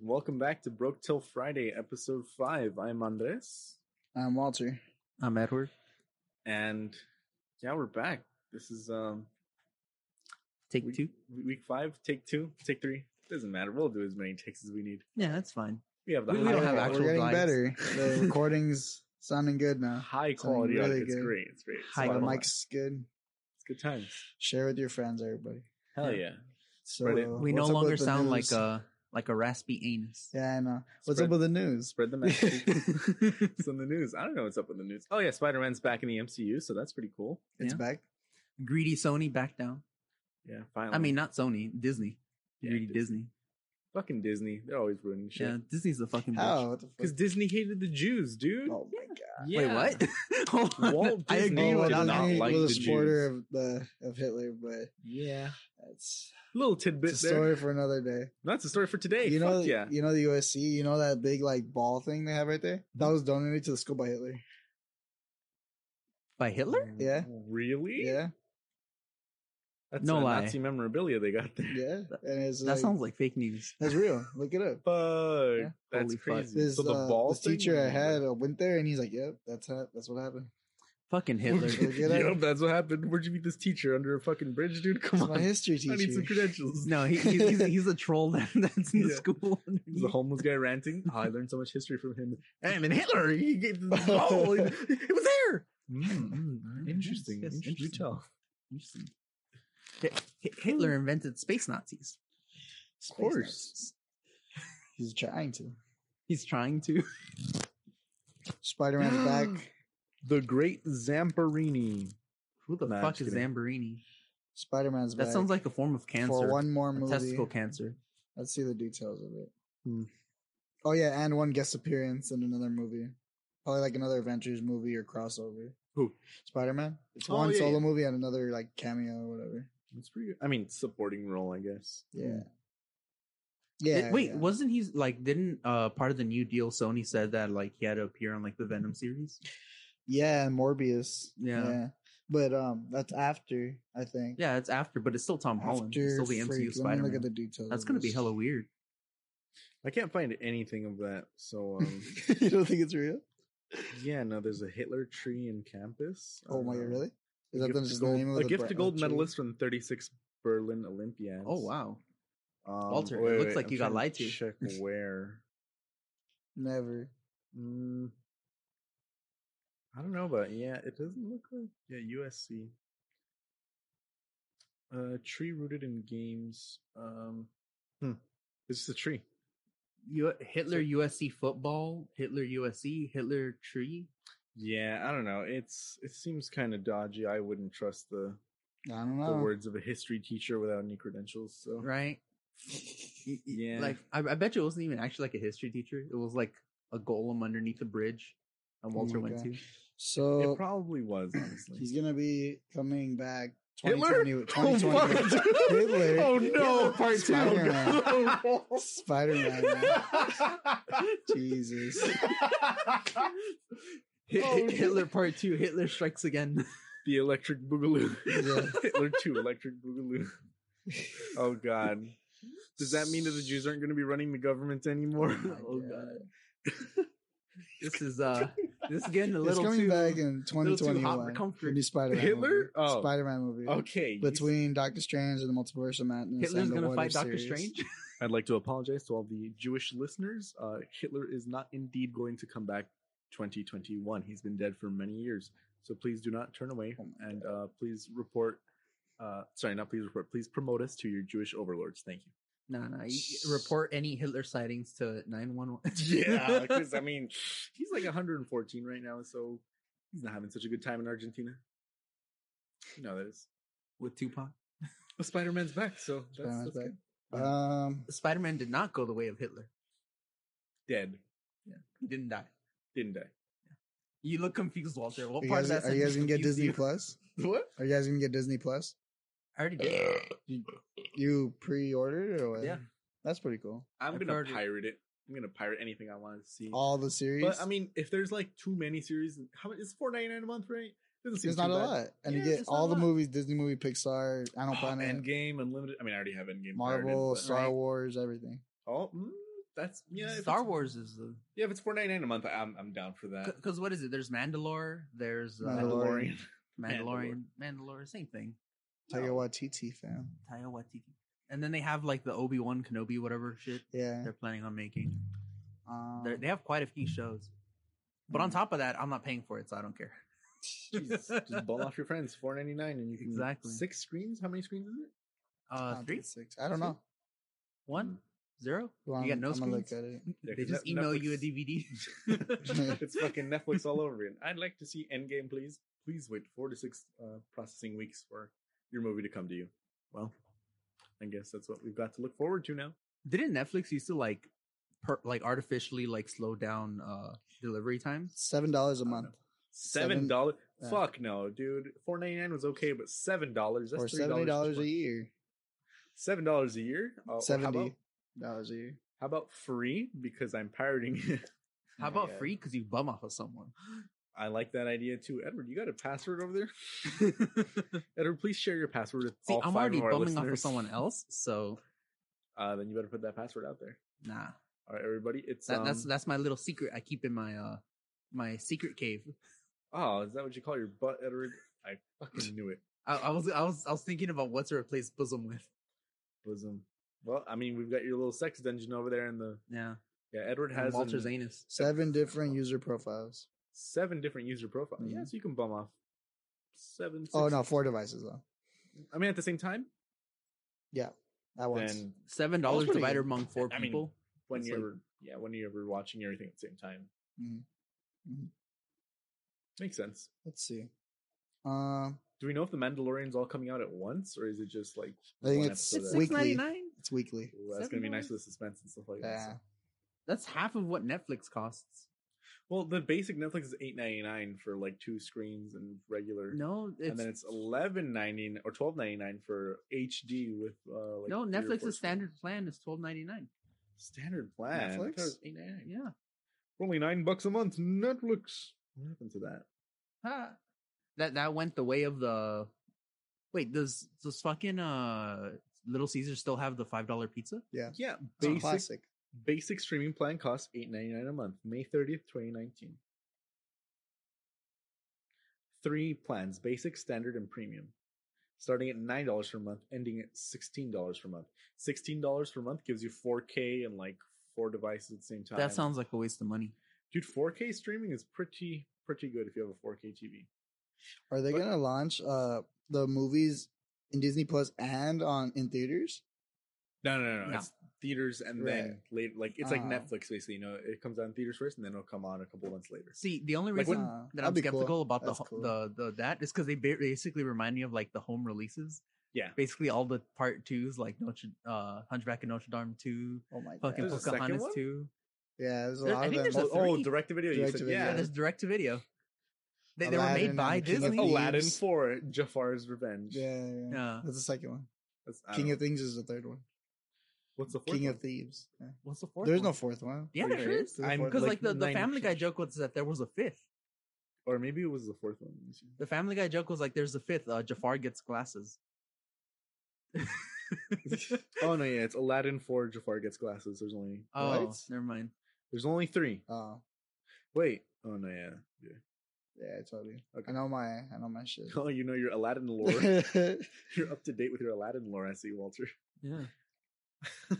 Welcome back to Broke Till Friday, episode five. I'm Andres, I'm Walter. I'm Edward. and yeah, we're back. This is um Take week, two. week five, take two, take three. Doesn't matter. We'll do as many takes as we need. Yeah, that's fine. We have the We- we high, don't have We're actual getting lights. better. The recording's sounding good now. high Sounding quality. really audio. it's good. great. It's great. It's High a lot The of fun. quality. mic's good. It's good times. Share with your friends, everybody. Hell Yeah. yeah. So Right, We what's no up with longer the sound news? like uh, a like a raspy anus. Yeah, I know. What's Spread- up with the news? Spread the message. it's in the news. I don't know what's up with the news. Oh yeah, Spider Man's back in the MCU, so that's pretty cool. It's Yeah. back. Greedy Sony back down. Yeah, finally. I mean, not Sony, Disney. Yeah, Greedy Disney. Disney. fucking Disney. They're always ruining shit. Yeah, Disney's the fucking How? bitch. What the fuck? Because Disney hated the Jews, dude. Oh my god. Yeah. Wait, what? Hold on. Walt I Disney agree Well, with did that. not Disney like was the a supporter of the of Hitler, but Yeah. that's Little it's a tidbit there. story for another day. That's a story for today. you know, Fuck yeah. you know the USC. You know that big like ball thing they have right there. Hmm? That was donated to the school by Hitler. By Hitler? Yeah. Really? Yeah, That's No a lie. Nazi memorabilia they got there. yeah, and it's That like, sounds like fake news. that's real. Look it up. Fuck. Yeah. That's Holy fuck. crazy. This, so the uh, ball this teacher I had uh, went there, and he's like, "Yep, that's how, that's what happened." Fucking Hitler. Get out. yep, that's what happened. Where'd you meet this teacher under a fucking bridge, dude? Come It's my on. history I need teacher. some credentials. no, he, he's, he's, he's a troll that, that's in the Yeah. school. He's a homeless guy ranting. Oh, I learned so much history from him. And then Hitler, he gave the ball. It was there. Mm, Interesting. yes, yes, interesting. You tell. Interesting. Hi- Hi- Hitler invented space Nazis. Of Space course. Nazis. he's trying to. He's trying to. Spider Man's back. The Great Zamperini. Who the Nah, fuck just is kidding. Zamborini? Spider Man's back. That sounds like a form of cancer. for one more A movie. testicle cancer. Let's see the details of it. Hmm. Oh yeah, and one guest appearance in another movie, probably like another Avengers movie or crossover. Who? Spider Man. It's Oh, one yeah, solo yeah. movie and another like cameo or whatever. It's pretty. I mean, supporting role, I guess. Yeah. Yeah. Did- Hmm. wait, yeah. wasn't he like? Didn't uh part of the New Deal? Sony said that like he had to appear on like the Venom series. Yeah, and Morbius. Yeah. But um, that's after I think. Yeah, it's after, but it's still Tom Holland. It's still the freak. MCU Let Spider me look Man. at the details. That's of gonna be this. hella weird. I can't find anything of that. So, um, you don't think it's real? yeah, no, there's a Hitler tree in campus. I Oh don't my god, know. really? Is A that the, gift, just to the gold, name of a the gift bra- to gold tree? medalist from 36 Berlin Olympiads. Oh wow, Um, Walter, it looks like you got trying to lied to. Check where. Never. Mm, I don't know, but yeah, it doesn't look like yeah USC. Uh, tree rooted in games. Um, hmm. It's just a tree. you, Hitler USC football, Hitler USC, Hitler tree. Yeah, I don't know. It's it seems kind of dodgy. I wouldn't trust the I don't the know. words of a history teacher without any credentials. So Right? yeah, Like I, I bet you it wasn't even actually like a history teacher. It was like a golem underneath the bridge, and Oh Walter my went God. to. So it probably was honestly. he's gonna be coming back. Hitler? 2020 Oh, fuck. 2020 Hitler. Oh, no, Hitler part two. Spider Man. Jesus. Hi- Oh, no. Hitler Part Two. Hitler strikes again. the electric boogaloo. Yeah. Hitler two, electric boogaloo. Oh God. Does that mean that the Jews aren't going to be running the government anymore? my Oh, God. God. This is uh, this is getting a It's little coming too. back in little too hot for 2021. comfort. the new Spider-Man Hitler? Movie. Oh. Spider-Man movie. Okay. you- Between Doctor Strange and the Multiverse of Madness. Hitler's and the gonna What fight If Doctor series. Strange. I'd like to apologize to all the Jewish listeners. Uh, Hitler is not indeed going to come back 2021. He's been dead for many years. So please do not turn away Oh my and uh, please report. Uh, sorry, not please report. Please promote us to your Jewish overlords. Thank you. No, no. you- you report any Hitler sightings to nine one one. Yeah, because I mean, he's like 114 right now, so he's not having such a good time in Argentina. You know that is. with Tupac. Well, Spider Man's back, so that's, Spider-Man's that's back. good. Um, Spider Man did not go the way of Hitler. Dead, He didn't die. didn't die. You look confused, Walter. What are you part guys, of that? are you guys sentence gonna get confused Disney you? Plus? What? Are you guys gonna get Disney Plus? I already did. You pre-ordered or what? Yeah. That's pretty cool. I'm I've gonna heard it. pirate it. I'm gonna pirate anything I want to see. All the series. But I mean, if there's like too many series, how much is four ninety nine a month, right? Doesn't seem It's not too a bad. lot. And Yeah, you get it's not a all the lot. movies, Disney movie, Pixar, Animal Oh, Planet, Endgame, Unlimited. I mean, I already have Endgame. pirated, Marvel, but- Star Right. Wars, everything. Oh, mm, That's yeah. if Star it's- Wars is the Yeah, if it's four ninety nine a month, I'm I'm down for that. because what is it? There's Mandalore. There's uh, Mandalore. Mandalorian. Mandalorian. Mandalorian. Mandalore. Same thing. Taika No. Waititi fan. Taika Waititi. And then they have like the Obi Wan Kenobi whatever shit Yeah. they're planning on making. Um, They're, they have quite a few shows. But on top of that, I'm not paying for it, so I don't care. Jesus, Mm-hmm. just ball off your friends, four ninety nine, and you can Exactly. six screens. How many screens is it? Uh, I'll three, take six. I don't know. one, zero. Well, you got I'm- no I'm gonna look screens. at it. Yeah, They 'cause just Net- email you a Netflix- DVD. Hmm. it's fucking Netflix all over again. I'd like to see Endgame, please. Please wait four to six uh, processing weeks for your movie to come to you. Well, I guess that's what we've got to look forward to now. Didn't Netflix used to like, per, like artificially like slow down uh delivery times? Seven dollars Oh, a I don't month. Seven dollars? yeah. Fuck no, dude. Four ninety nine was okay, but seven dollars? Or That's three seventy dollars a year. year. Seven dollars a year? Uh, Oh, well, How about, Seventy dollars a year. how about free? Because I'm pirating it. Oh my How about God. free? Because you bum off of someone. I like that idea too, Edward. You got a password over there? Edward, please share your password with See, all I'm five already of our bumming listeners. off of someone else, so Uh, then you better put that password out there. nah. All right, everybody. It's That, that's um, that's my little secret I keep in my uh my secret cave. Oh, is that what you call your butt, Edward? I fucking knew it. I, I was I was I was thinking about what to replace bosom with. Bosom. Well, I mean, we've got your little sex dungeon over there in the. Yeah, Yeah, Edward and has Walter's an- anus. Seven different user profiles. seven different user profiles. Yeah, Mhm. so you can bum off seven. Oh six- no, four devices though. I mean, at the same time, At once. then Seven dollars pretty divided good. among four I mean, people. when It's like- you're yeah when you're watching everything at the same time, Mhm. Mhm. makes sense. Let's see. Um, Do we know if the Mandalorian's all coming out at once, or is it just like I think one it's episode six at a- weeks. weekly. nine. it's weekly. Ooh, That's gonna be nice for the suspense and stuff like that. Yeah. so. That's half of what Netflix costs. Well, the basic Netflix is eight ninety nine for like two screens and regular. No, it's, and then it's eleven ninety nine or twelve ninety nine for HD with uh like no three or four Netflix's standard screens. plan is twelve ninety nine. standard plan. I thought it Netflix? was $8.99. Yeah. For only nine bucks a month. Netflix. What happened to that? Ha. That that went the way of the. Wait, does does fucking uh Little Caesar still have the five dollar pizza? Yeah, It's a basic classic. basic streaming plan costs eight ninety nine a month. May thirtieth, twenty nineteen. Three plans: basic, standard, and premium. Starting at nine dollars per month, ending at sixteen dollars per month. Sixteen dollars per month gives you four K and like four devices at the same time. That sounds like a waste of money. dude 4k streaming is pretty pretty good if you have a 4k tv Are they But- gonna launch uh the movies in Disney Plus and on in theaters? no no no, No. it's theaters and then later like it's like Oh. netflix basically you know it comes out in theaters first and then it'll come on a couple months later See, the only Like reason when- Ah, that that'd I'm be cool. skeptical about the, That's ho cool. the the that is because they ba- basically remind me of like the home releases. yeah Basically, all the part twos like Notre, uh, Hunchback of Notre Dame two, Oh my god. fucking There's a second Pocahontas one? two. yeah, there's a There- lot I of think them. there's oh, a oh, three. direct to video you Direct said to Yeah, yeah video. there's direct to video. They, they were Aladdin made and by the King of Disney. Thieves. aladdin Thieves. 4 jafar's revenge yeah, yeah, yeah. Yeah. That's the second one. That's, I King don't of Things is the third one. know. what's the fourth King one? of Thieves. Yeah. What's the fourth? There's one? no fourth one. Yeah, Wait, there there is. is? I'm- Because Like, like, the, the 90 Family Guy pictures. joke was that there was a fifth. or maybe it was the fourth one Let me see. The Family Guy joke was like there's a fifth. Uh, Jafar gets glasses. oh no yeah it's aladdin 4 jafar gets glasses there's only oh, What? never mind. there's only three Oh, wait oh no yeah, yeah. yeah, I told you. Okay. I know my, I know my shit. oh you know your aladdin lore That's you're up to date with your aladdin lore i see walter Yeah.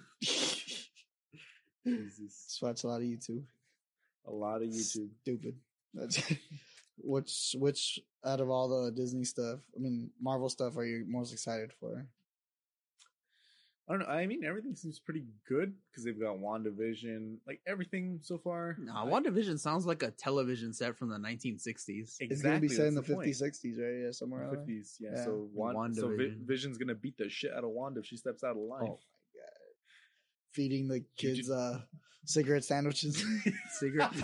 Jesus. watch a lot of YouTube. A lot of YouTube. Stupid. That's which which out of all the Disney stuff, I mean Marvel stuff, are you most excited for? I don't know. I mean, everything seems pretty good because they've got WandaVision, like everything so far. Nah, WandaVision sounds like a television set from the 1960s. Exactly. It's gonna be set in the that's fifties, point. sixties, right? Yeah, somewhere around there. 50s, yeah. Yeah. So, Wand- so Vi- WandaVision. Vision's gonna beat the shit out of Wanda if she steps out of line. Oh my god. Feeding the kids did- uh cigarette sandwiches. Cigarette.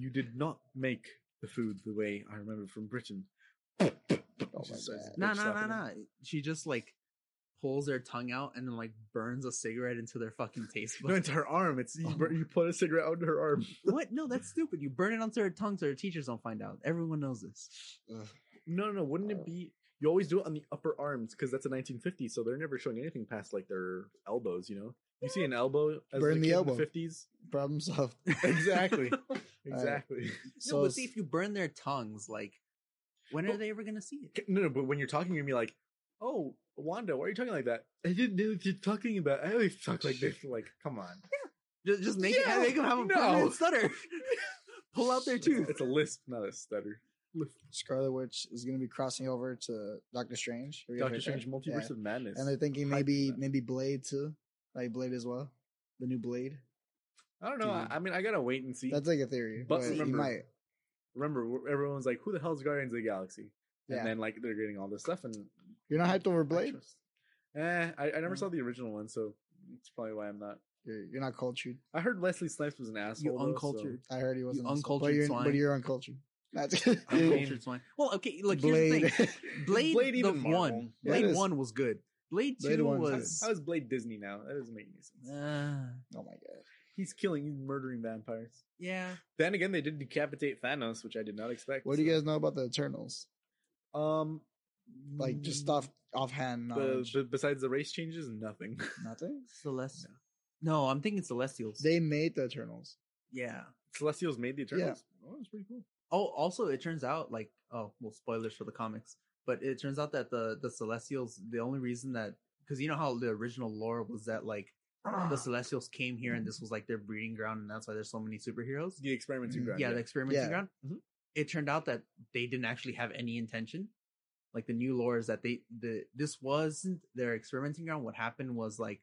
You did not make the food the way I remember from Britain. Oh my Just as God. bitch no, no, no, slapping him. no. She just like pulls their tongue out and then like burns a cigarette into their fucking taste No, buds. into her arm. It's you, Oh bur- my- you put a cigarette under her arm. what? No, that's stupid. You burn it onto her tongue so her teachers don't find out. Everyone knows this. Ugh. No, no, no. Wouldn't Uh. it be? You always do it on the upper arms because that's a 1950, so they're never showing anything past like their elbows. You know, You see an elbow as a Burn the kid elbow. in the 50s? Problem solved. Exactly. exactly. So no, but it's- see, if you burn their tongues, like, when are Well- they ever gonna see it? No, no, but when you're talking to me like, oh, Wanda, why are you talking like that? I didn't know what you're talking about. I always talk like this. Like, come on. Just, just make Yeah, it, make them have a no. permanent stutter. Pull out their It's a- tooth. It's a lisp, not a stutter. Scarlet Witch is going to be crossing over to Doctor Strange. Have you Doctor heard Strange, that? Multiverse of Madness. Yeah. And they're thinking hyped for maybe that. maybe Blade too, like Blade as well, the new Blade. I don't know. I, Dude. I mean, I gotta wait and see. That's like a theory, But but, you remember- might. Remember, w- everyone's like, "Who the hell's Guardians of the Galaxy?" And Yeah. then like they're getting all this stuff, and You're not hyped over I Blade. trust- Eh, I, Hmm. I never Mm. saw the original one, so that's probably why I'm not. You're, you're not cultured. I heard Leslie Snipes was an You asshole. though, so- uncultured, I heard he wasn't. an asshole, uncultured but you're, swine. But you're uncultured. That's uncultured swine. Well, okay, look, here's the thing. Blade, Blade the even Marvel? one, Yeah, Blade it is. one was good. Blade two Blade one How- was. is- How is Blade Disney now? That doesn't make any sense. uh, oh my god. He's killing, he's murdering vampires. yeah, Then again, they did decapitate Thanos, which I did not expect. What do you guys know about the Eternals? guys? Um, Like just off offhand Mm. the, knowledge, the, besides the race changes, nothing. nothing. Celestial. No. I'm thinking Celestials. They made the Eternals. yeah. Celestials made the Eternals. Oh, that's pretty cool. Oh, also, it turns out like oh well, spoilers for the comics, but it turns out that the the Celestials the only reason that because you know how the original lore was that like the Ah, Celestials came here and this was like their breeding ground and that's why there's so many superheroes. The experiments you Mhm. grind. Mm, Yeah, Mm-hmm. the experimenting Yeah. ground. Mhm. It turned out that they didn't actually have any intention. Like the new lore is that they the this wasn't their experimenting ground. What happened was like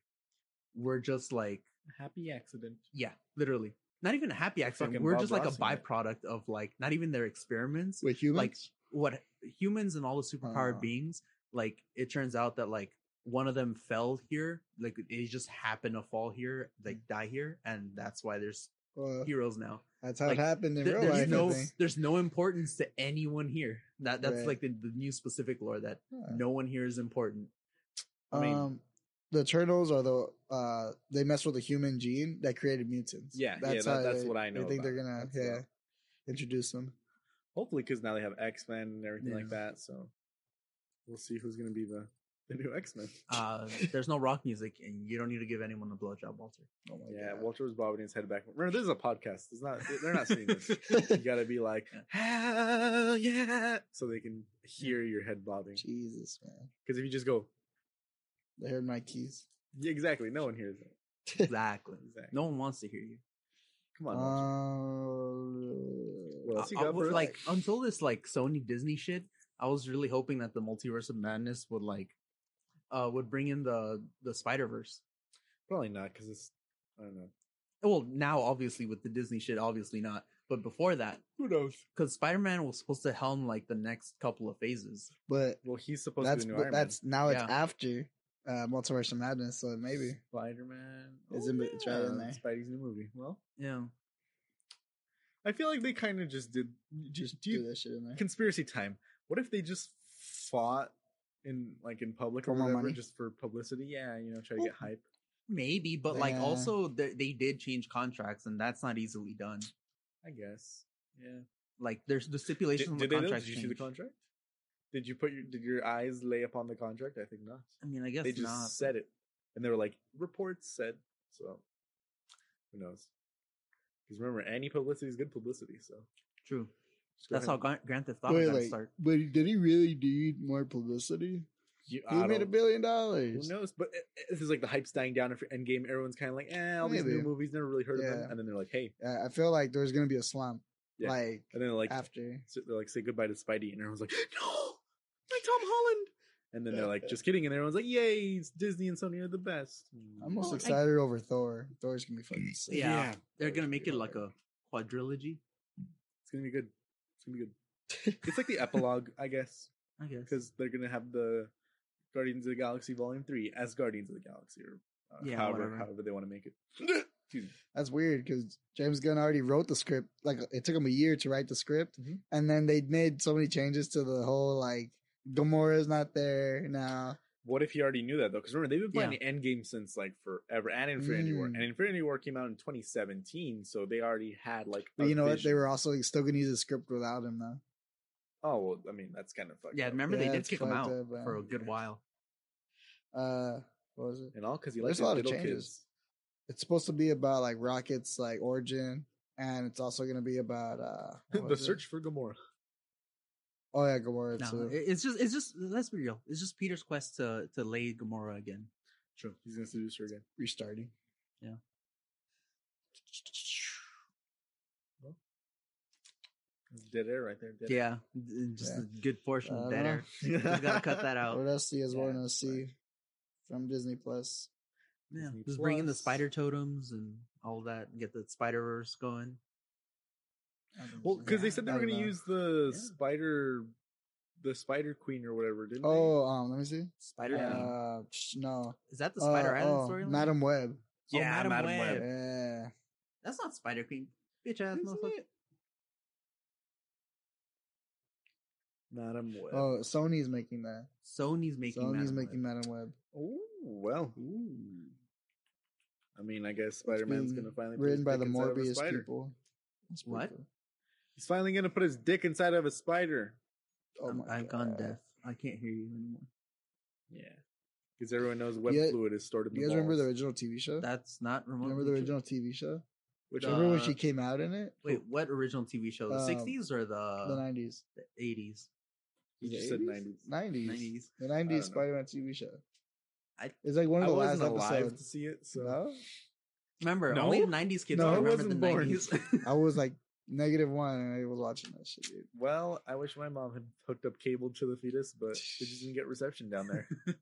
we're just like happy accident. yeah, literally not even a happy accident. fucking We're Bob just like a Ross in it. byproduct of like not even their experiments With humans, Like, what humans and all the superpowered Ah. beings like it turns out that like one of them fell here like they just happen to fall here Hmm. like die here and that's why there's Well, heroes now that's how like, it happened in There- real there's life. I no think. there's no importance to anyone here that that's Right. like the, the new specific lore that Yeah. no one here is important I mean- um, the Eternals are the uh, they mess with the human gene that created mutants. Yeah, yeah, that- that's they- what I know They think they're about it. gonna That's yeah what- introduce them. Hopefully, because now they have X Men and everything like Yeah. that. So we'll see who's going to be the, the new X Men. uh there's no rock music and you don't need to give anyone a blowjob walter Oh my Yeah, god. Walter was bobbing his head back. Remember, this is a podcast. It's not. They're not seeing this. you got to be like, hell yeah, so they can hear your head bobbing. Jesus man, Because if you just go, they heard my keys. yeah, exactly, no one hears it. exactly Exactly. no one wants to hear you Come on, Walter. Um, Uh, what else you I- I got was for us? like until this like Sony Disney shit, I was really hoping that the multiverse of madness would like uh would bring in the the Spider Verse. probably not because it's I don't know. Well, now obviously with the Disney shit, obviously not. But before that, Who knows? because Spider Man was supposed to helm like the next couple of phases. but Well, he's supposed that's to be the new but Iron that's now it's Yeah. after uh, Multiverse of Madness, so maybe Man. Spider Man. It's in- it's right in there. Oh, Spidey's new movie. Well, Yeah, I feel like they kind of just did. Just just do do you, that shit in there. conspiracy time. What if they just fought in like in public For or more whatever, money? just for publicity? Yeah, you know, try to Oh. get hype. maybe, but like Yeah. also they, they did change contracts, and that's not easily done. I guess. Yeah. Like there's the stipulations Did, on did the they? Though? contract. Did you see the change. contract? Did you put your did your eyes lay upon the contract? I think not. I mean, I guess they just not. said it, and they were like, "Reports said." So, who knows? Because remember, any publicity is good publicity. So True. just go That's how ahead. Gran- Grand Theft Auto Wait, got to like, start. but did he really need more publicity? You, He I made a don't- billion Who dollars. knows? But it- it- this is like the hype's dying down after Endgame. Everyone's kind of like, eh, all these Maybe. new movies, never really heard of Yeah. them. And then they're like, hey. I I feel like there's gonna be a slump, Yeah. like, And then they're like, after. so they're like, say goodbye to Spidey. And everyone's like, no, my Tom Holland. And then they're like, just kidding. And everyone's like, yay, it's Disney and Sony are the best. I'm most Well, I- excited over Thor. Thor's gonna be fucking sick. Yeah. Yeah. They're That gonna should make be it like alright. a quadrilogy, It's going to be good. It's going to be good. it's like the epilogue, I guess, I guess. because they're going to have the Guardians of the Galaxy Volume 3 as Guardians of the Galaxy or uh, Yeah, however, whatever. however they want to make it. Excuse me. That's weird because James Gunn already wrote the script. Like it took him a year to write the script, Mhm. and then they made so many changes to the whole like Gamora's not there now. What if he already knew that though? Because remember they've been playing Yeah. the Endgame since like forever, and Infinity War. Mm. And Infinity War came out in 2017, so they already had like. But a you know what? They vision. were also still gonna use the script without him though. Oh well, I mean that's kind of fucked. Yeah, up. remember uh, Yeah, they did it's kick him fucked out up, man. for a good while. Uh, what was it? And all because he There's likes a lot of little changes. kids. It's supposed to be about like Rocket's like origin, and it's also gonna be about uh what the was it? search for Gamora. Oh yeah, Gamora No, too. it- it's just it's just let's be real. It's just Peter's quest to to lay Gamora again. True. He's gonna seduce her again. Restarting. Yeah. It's dead air right there. Dead air. Yeah, d- just Yeah. a good portion I of don't that. know. air. Just gotta cut that What out. else do you guys Oh, Yeah, want to it's see from Disney Plus? Yeah, Disney just bring in the Plus. spider totems and all that. and Get the Spider Verse going. Well, because they Yeah, said they I were don't gonna know. use the Yeah. spider, the spider queen or whatever, didn't Oh, um, let me see. Spider Yeah. Queen. Uh, psh, no. is that the Spider uh, Island oh, story? Madam oh, Web. Yeah, Madam Madam Web. Web. Yeah. That's not Spider Queen. Bitch ass Isn't motherfucker. it? Madam Web. Oh, Sony's making that. Sony's making. Sony's Madam making Web. Madam Web. Oh well. I mean, I guess Spider Man's been gonna finally put Written his by dick the inside of a Morbius spider. people. That's pretty What? cool. He's finally gonna put his dick inside of a spider. Oh I'm- my I've gone God. deaf. I can't hear you anymore. Yeah, because everyone knows web Yeah. fluid is stored in the You guys remember the balls. original TV show? That's not remote. remember the original TV show? Which Uh, remember when she came out in it? Wait, uh, what original TV show? The Um, sixties or the the nineties. eighties? you just said 90s. Nineties. Nineties. The don't know. nineties Spider Man TV show. I- it's like one I of the wasn't last alive to episodes. see it, so No? Remember, No? only nineties kids No, I remember the wasn't born. nineties. I was like negative one and I was watching that shit, dude. well, I wish my mom had hooked up cable to the fetus, but it just didn't get reception down there. Uh,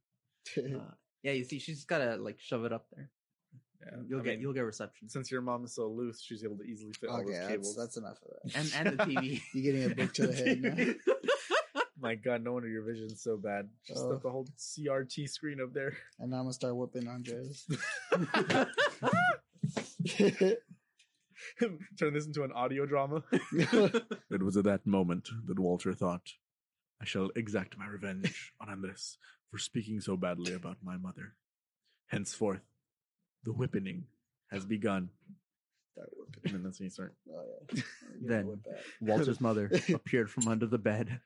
yeah, you see, she's gotta like shove it up there. Yeah, You'll I get mean, you'll get reception. since your mom is so loose, she's able to easily fit all okay, those that's, cables. that's enough of that. And and the TV. You're getting a book to the head now. My God, no wonder your vision's so bad. She Oh. stuck the whole CRT screen up there. And now I'm gonna start whooping Andres. Turn this into an audio drama. That's It was at that moment that Walter thought, I shall exact my revenge on Andres for speaking so badly about my mother. Henceforth, the whipping has begun. And then that's when you start. Oh, yeah. I'm getting Then- whipped out. Walter's mother appeared from under the bed,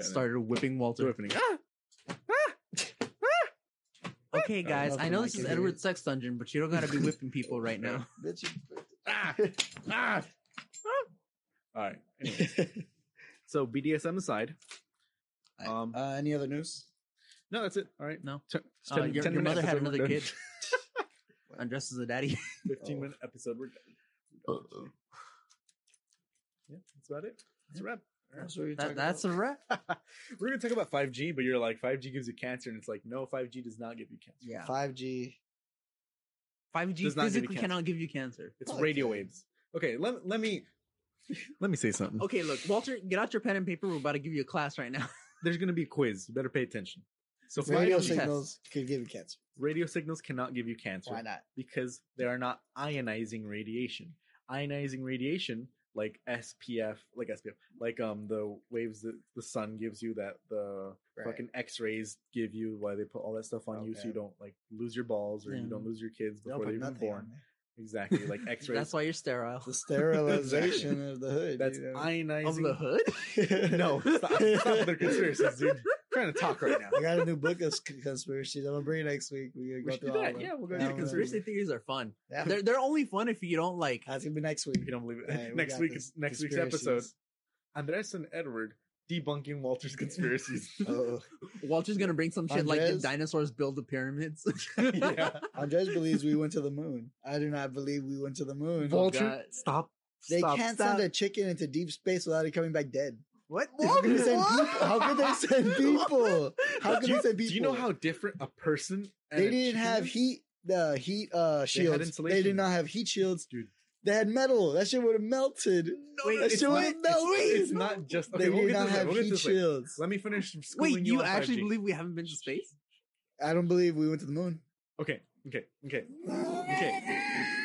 started whipping uh, the Walter. whipping. Okay, guys, I nothing know I this can is hear. Edward Sex Dungeon, but you don't gotta be whipping people right now. Bitch, Ah! Ah! All right. Anyway, you- so BDSM aside, Um, um, uh, any other news? no, that's it. All right. No. Ten, Uh, ten- your ten your minute mother had episode, we're another done. kid. Undressed as a daddy. 15 Oh. minute episode. We're done. Uh-oh. Yeah, that's about it. That's a wrap. All right. That's what you're That, talking that's a about? wrap. We're gonna talk about 5G, but you're like 5G gives you cancer, and it's like no, 5G does not give you cancer. Yeah. 5G. Five G Does not give you physically cancer. cannot give you cancer. It's Fuck radio yeah. waves. Okay, let let me let me say something. Okay, look, Walter, get out your pen and paper. We're about to give you a class right now. There's gonna be a quiz. You better pay attention. So Radio five G- signal. signals could give you cancer. radio signals cannot give you cancer Why not? because they are not ionizing radiation. Ionizing radiation, like SPF, like SPF, like um the waves that the sun gives you, that the Right. fucking X-rays give you, why they put all that stuff on you so Okay. you don't like lose your balls or you Yeah. don't lose your kids Don't before put they're even nothing on born. there. Exactly, like X-rays. That's why you're sterile. The sterilization of the hood. That's dude. ionizing. Of the hood? no, stop, stop with the conspiracies, dude. I'm trying to talk right now. I got a new book of c- conspiracies. I'm gonna bring it next week. We, We go should through do all that. of them. Yeah, we'll go Yeah, do I'm the gonna- conspiracy. Conspiracy theories are fun. Yeah. They're they're only fun if you don't like. That's gonna be next week. You don't believe it? Hey, we next got week this is next week's episode. conspiracies. Andres and Edward debunking Walter's conspiracies. Oh, Walter's gonna bring some shit like did Andres? dinosaurs build the pyramids? Yeah. Andres believes we went to the moon. I do not believe we went to the moon. Vol- Walter, God. stop. they stop, can't stop. send a chicken into deep space without it coming back dead. What? How could they send What? people? How could they send people? How do, could you, they send people? do you know how different a person? and they a didn't chicken have is? heat? The heat uh, shields. They, insulation. did not have heat shields. Dude. They had metal. That shit would have melted. Wait, no, that it's shit not- would have melted. It's not just. Okay, they we'll did get to not this later. have We'll get to heat this later. shields. Let me finish. schooling Wait, you on actually 5G. believe we haven't been to space? I don't believe we went to the moon. Okay, okay, okay, okay.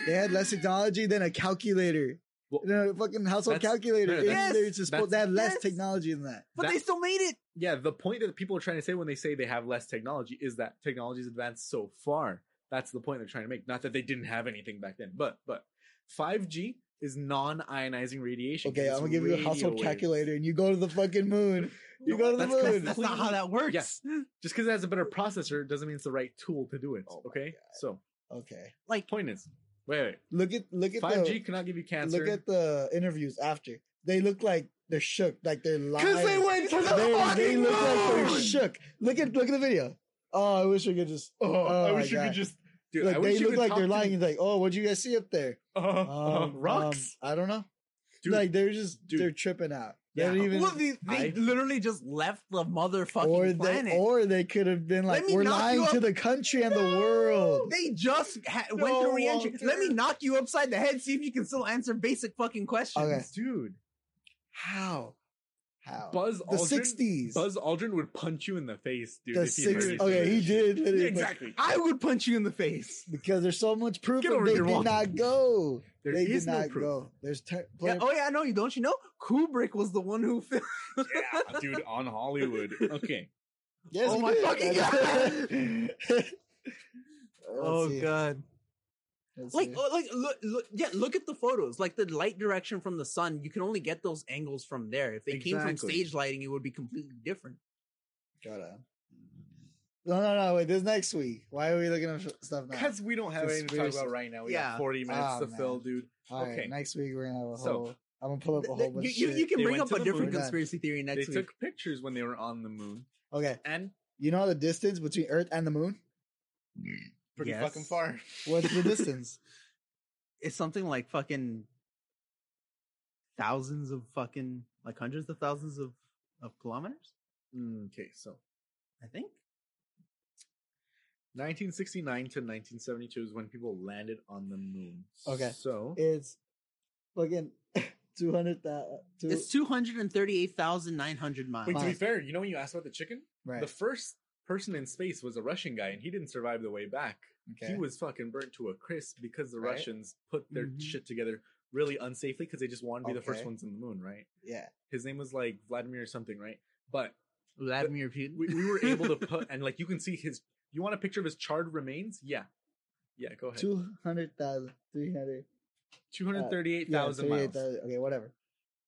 They had less technology than a calculator. Well, than a fucking household that's- calculator. no, They- that's- they, were just- that's- they had less yes. technology than that. But they That- still made it. yeah, the point that people are trying to say when they say they have less technology is that technology's advanced so far. That's the point they're trying to make. Not that they didn't have anything back then, but but 5G is non-ionizing radiation. Okay, It's I'm gonna give you a radio household waves. calculator and you go to the fucking moon. No, You go to the that's com- moon. That's not how that works. Just because it has a better processor doesn't mean it's the right tool to do it. Oh my okay, so Okay. Like point is, Wait, Look at look wait. at Five G the cannot give you cancer. look at the interviews after. They look like they're shook, like they're lying. went to They- they look like they're shook. Look at look at the video. Oh, I wish we could just. Oh, I Oh wish my you God. could just. Dude, Like, I wish they you look could like talk they're to- lying. He's like, "Oh, what'd you guys see up there? Uh, uh, Um, rocks, um, I don't know. dude. like they're just dude. they're tripping out. They Yeah. don't even, well, they, they I- literally just left the motherfucking or planet. they or they could have been Let like, me "We're knock lying you to up." the country and the world." They just ha- went No, through reentry. Let me Walter. knock you upside the head. See if you can still answer basic fucking questions. Okay. dude. How? How? Buzz the Aldrin. sixties. Buzz Aldrin would punch you in the face, dude. The if he ever six. did Okay, that he shit. did literally, Yeah, but- exactly. I would punch you in the face. because there's so much proof Get and over they here, did Walter. not go. There they is did no not proof. go. There's ter- Yeah, plenty- oh yeah, I know you don't. You know Kubrick was the one who filmed. Yeah, dude, on Hollywood. Okay. yes, oh he my did. fucking Let's oh see. god. Let's Like, see. oh, like, look, look, yeah, look at the photos. Like the light direction from the sun, you can only get those angles from there. If they came from Exactly. stage lighting, it would be completely different. Got it. No, no, no. Wait, this is next week. Why are we looking at stuff now? Because we don't have anything to talk Conspiracy. about right now. We Yeah. got 40 minutes Ah, to fill, man. dude. All right, okay. next week we're gonna have a So- whole. I'm gonna pull up a Th- whole bunch. you, of you, shit. you can They bring went up to a the different moon. conspiracy theory next they week. took pictures when they were on the moon. Okay, And you know the distance between Earth and the Moon? pretty Yes. fucking far. What's the distance? It's something like fucking thousands of fucking like hundreds of thousands of of kilometers. Okay, so I think. 1969 to 1972 is when people landed on the moon. Okay. So It's fucking two hundred thousand. It's two hundred and thirty-eight thousand nine hundred miles. wait, to be fine. fair, you know when you asked about the chicken, right. the first person in space was a Russian guy, and he didn't survive the way back. okay. He was fucking burnt to a crisp because the Right. Mm-hmm. Russians put their Mhm. shit together really unsafely because they just wanted to be the first Okay. ones on the moon, right? yeah. His name was like Vladimir or something, right? But Vladimir Putin. we, we were able to put and like you can see his you want a picture of his charred remains yeah yeah go ahead Two uh, hundred thousand three hundred. Yeah, 238000 miles 38,000. Okay, whatever.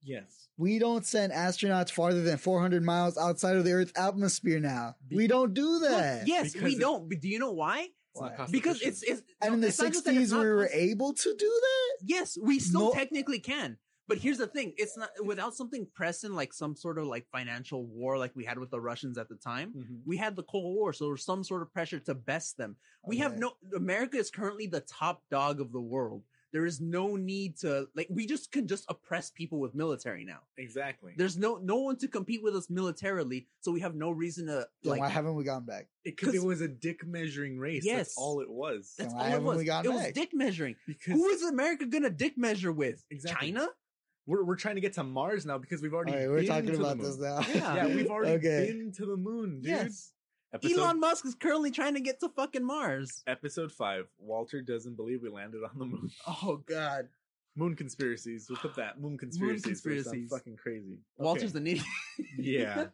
yes We don't send astronauts farther than 400 miles outside of the Earth's atmosphere now. Be- we don't do Look, that. yes, Because we it- don't. But do you know why? it's not Why? cost Because efficient. it's it's. And no, in the it's not just that 60s, it's we not were cost- able to do that? Yes, we still No- technically can. But here's the thing: it's not without something pressing, like some sort of like financial war, like we had with the Russians at the time. Mhm. We had the Cold War, so there was some sort of pressure to best them. We have Okay. no. America is currently the top dog of the world. There is no need to like. We just can just oppress people with military now. exactly There's no no one to compete with us militarily, so we have no reason to Then like. why haven't we gone back? because it 'cause- was a dick measuring race Yes. that's all it was that's why all it haven't was. we It gone was back? dick measuring. because Who is America gonna dick measure with? Exactly. China? we're, we're trying to get to mars now because we've already All right, we're been talking to the about moon. this now. Yeah. yeah we've already Okay. been to the moon dude Yes. episode, Elon Musk is currently trying to get to fucking Mars. episode 5 walter doesn't believe we landed on the moon Oh God, moon conspiracies we'll put that moon conspiracies which sound conspiracies. fucking crazy Walter's Okay. an idiot. yeah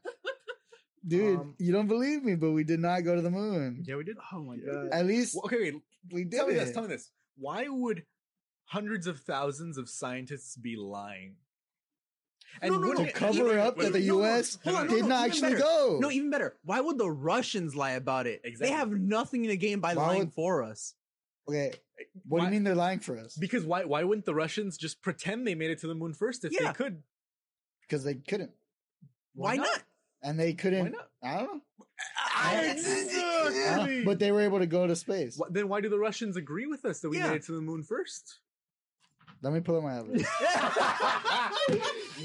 Dude, Um, you don't believe me, but we did not go to the moon. yeah we did Oh my Yeah. At least Well, okay, wait. we did Tell me it. this. Tell me this. Why would hundreds of thousands of scientists be lying? No, no, would- no, to even- cover up that even- the no, no, U.S. hold on, no, did no, not even actually better. go. e- No, even better. Why would the Russians lie about it? Exactly. They have nothing to gain by Why lying would- for us. okay, Why- what do you mean they're lying for us? Because why? Why wouldn't the Russians just pretend they made it to the moon first if Yeah. they could? Because they couldn't, Why, not? and they couldn't. Why not? I don't know. Exactly. But they were able to go to space. Wh- Then why do the Russians agree with us that we Yeah. made it to the moon first? Let me pull up my average.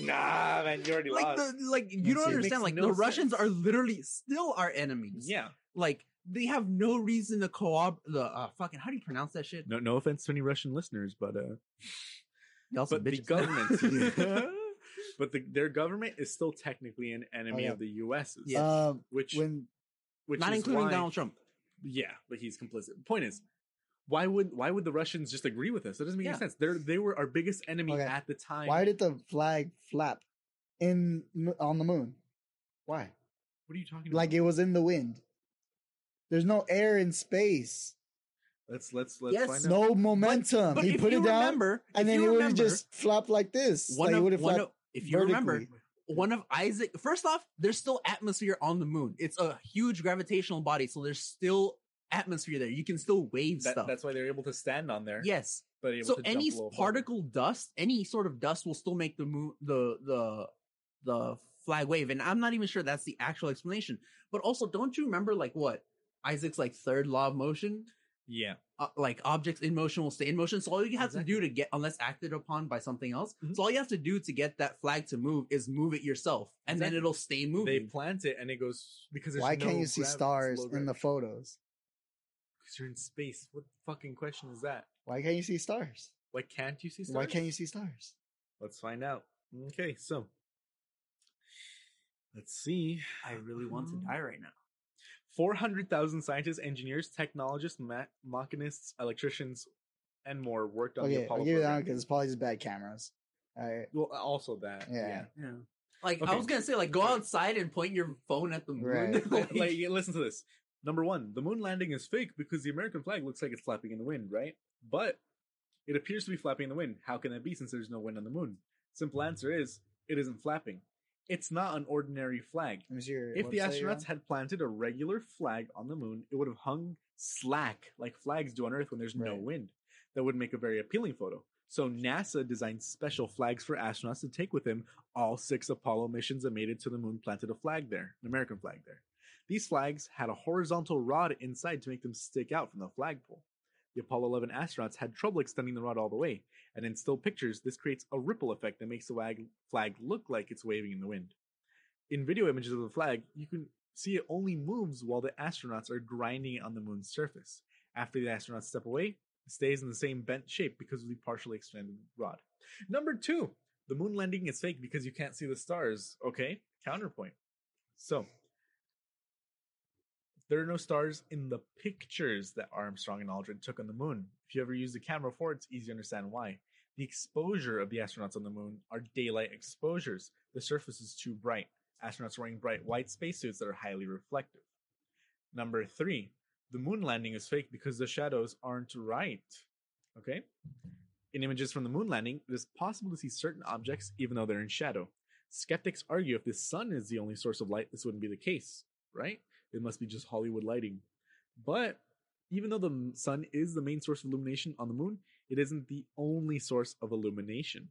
nah, man, you already like the like you Let's don't see. understand. Makes Like no the Russians sense. are literally still our enemies. yeah. Like they have no reason to co-op the uh, fucking how do you pronounce that shit? No, no offense to any Russian listeners, but uh, Y'all some but the bitches. government, but the, their government is still technically an enemy Oh, yeah. of the U.S.'s. Yes. Um, which when which Not is including why- Donald Trump. Yeah, but he's complicit. Point is, why would why would the Russians just agree with us? That doesn't make Yeah. any sense. They're they were our biggest enemy Okay. at the time. why did the flag flap in on the moon? Why? What are you talking Like about? it was in the wind. There's no air in space. let's let's let's Yes, find out. No momentum. But Um, he if put you it down, remember, if and then you it would have remember, just flopped like this. one Like it of, would have one flopped. of- if you remember, vertically. one of Isaac. First off, there's still atmosphere on the moon. It's a huge gravitational body, so there's still atmosphere there. You can still wave That- stuff. that's why they're able to stand on there. yes. but able So to jump any a little farther. particle dust, any sort of dust, will still make the move the the the flag wave. And I'm not even sure that's the actual explanation. But also, don't you remember like what Isaac's like third law of motion? Yeah, uh, like objects in motion will stay in motion. So all you have to do to get, unless acted upon by something else, Mm-hmm. so all you have to do to get that flag to move is move it yourself, and Exactly. then it'll stay moving. they plant it and it goes because there's Why no can't you gravity, see it's stars low in the gravity. photos? 'Cause you're in space. What fucking question is that? Why can't you see stars? Why can't you see stars? Why can't you see stars? Let's find out. Okay, so Let's see. I really want Mm-hmm. to die right now. 400,000 scientists, engineers, technologists, ma- machinists, electricians, and more worked on the Okay, Apollo I'll give you that program. one because it's probably just bad cameras. All right, Well, also that. Yeah. Yeah. Like Okay. I was gonna say, like go outside and point your phone at the moon. Right. like, Like, yeah, listen to this. Number one, the moon landing is fake because the American flag looks like it's flapping in the wind, right? But it appears to be flapping in the wind. How can that be since there's no wind on the moon? Simple Mm-hmm. answer is it isn't flapping. It's not an ordinary flag. let me see your. If the website you're on. astronauts had planted a regular flag on the moon, it would have hung slack like flags do on Earth when there's no Right. wind. That would make a very appealing photo. So NASA designed special flags for astronauts to take with them. All six Apollo missions that made it to the moon planted a flag there, an American flag there. These flags had a horizontal rod inside to make them stick out from the flagpole. The Apollo 11 astronauts had trouble extending the rod all the way, and in still pictures, this creates a ripple effect that makes the wag- flag look like it's waving in the wind in video images of the flag, you can see it only moves while the astronauts are grinding it on the moon's surface. After the astronauts step away, it stays in the same bent shape because of the partially extended rod. Number two, the moon landing is fake because you can't see the stars. Okay, counterpoint. So, there are no stars in the pictures that Armstrong and Aldrin took on the moon. If you ever use the camera for it, it's easy to understand why. The exposure of the astronauts on the moon are daylight exposures. The surface is too bright astronauts wearing bright white spacesuits that are highly reflective. Number three, the moon landing is fake because the shadows aren't right. Okay? In images from the moon landing, it is possible to see certain objects even though they're in shadow. Skeptics argue if the sun is the only source of light, this wouldn't be the case, right? It must be just Hollywood lighting. But even though the m- sun is the main source of illumination on the moon, it isn't the only source of illumination.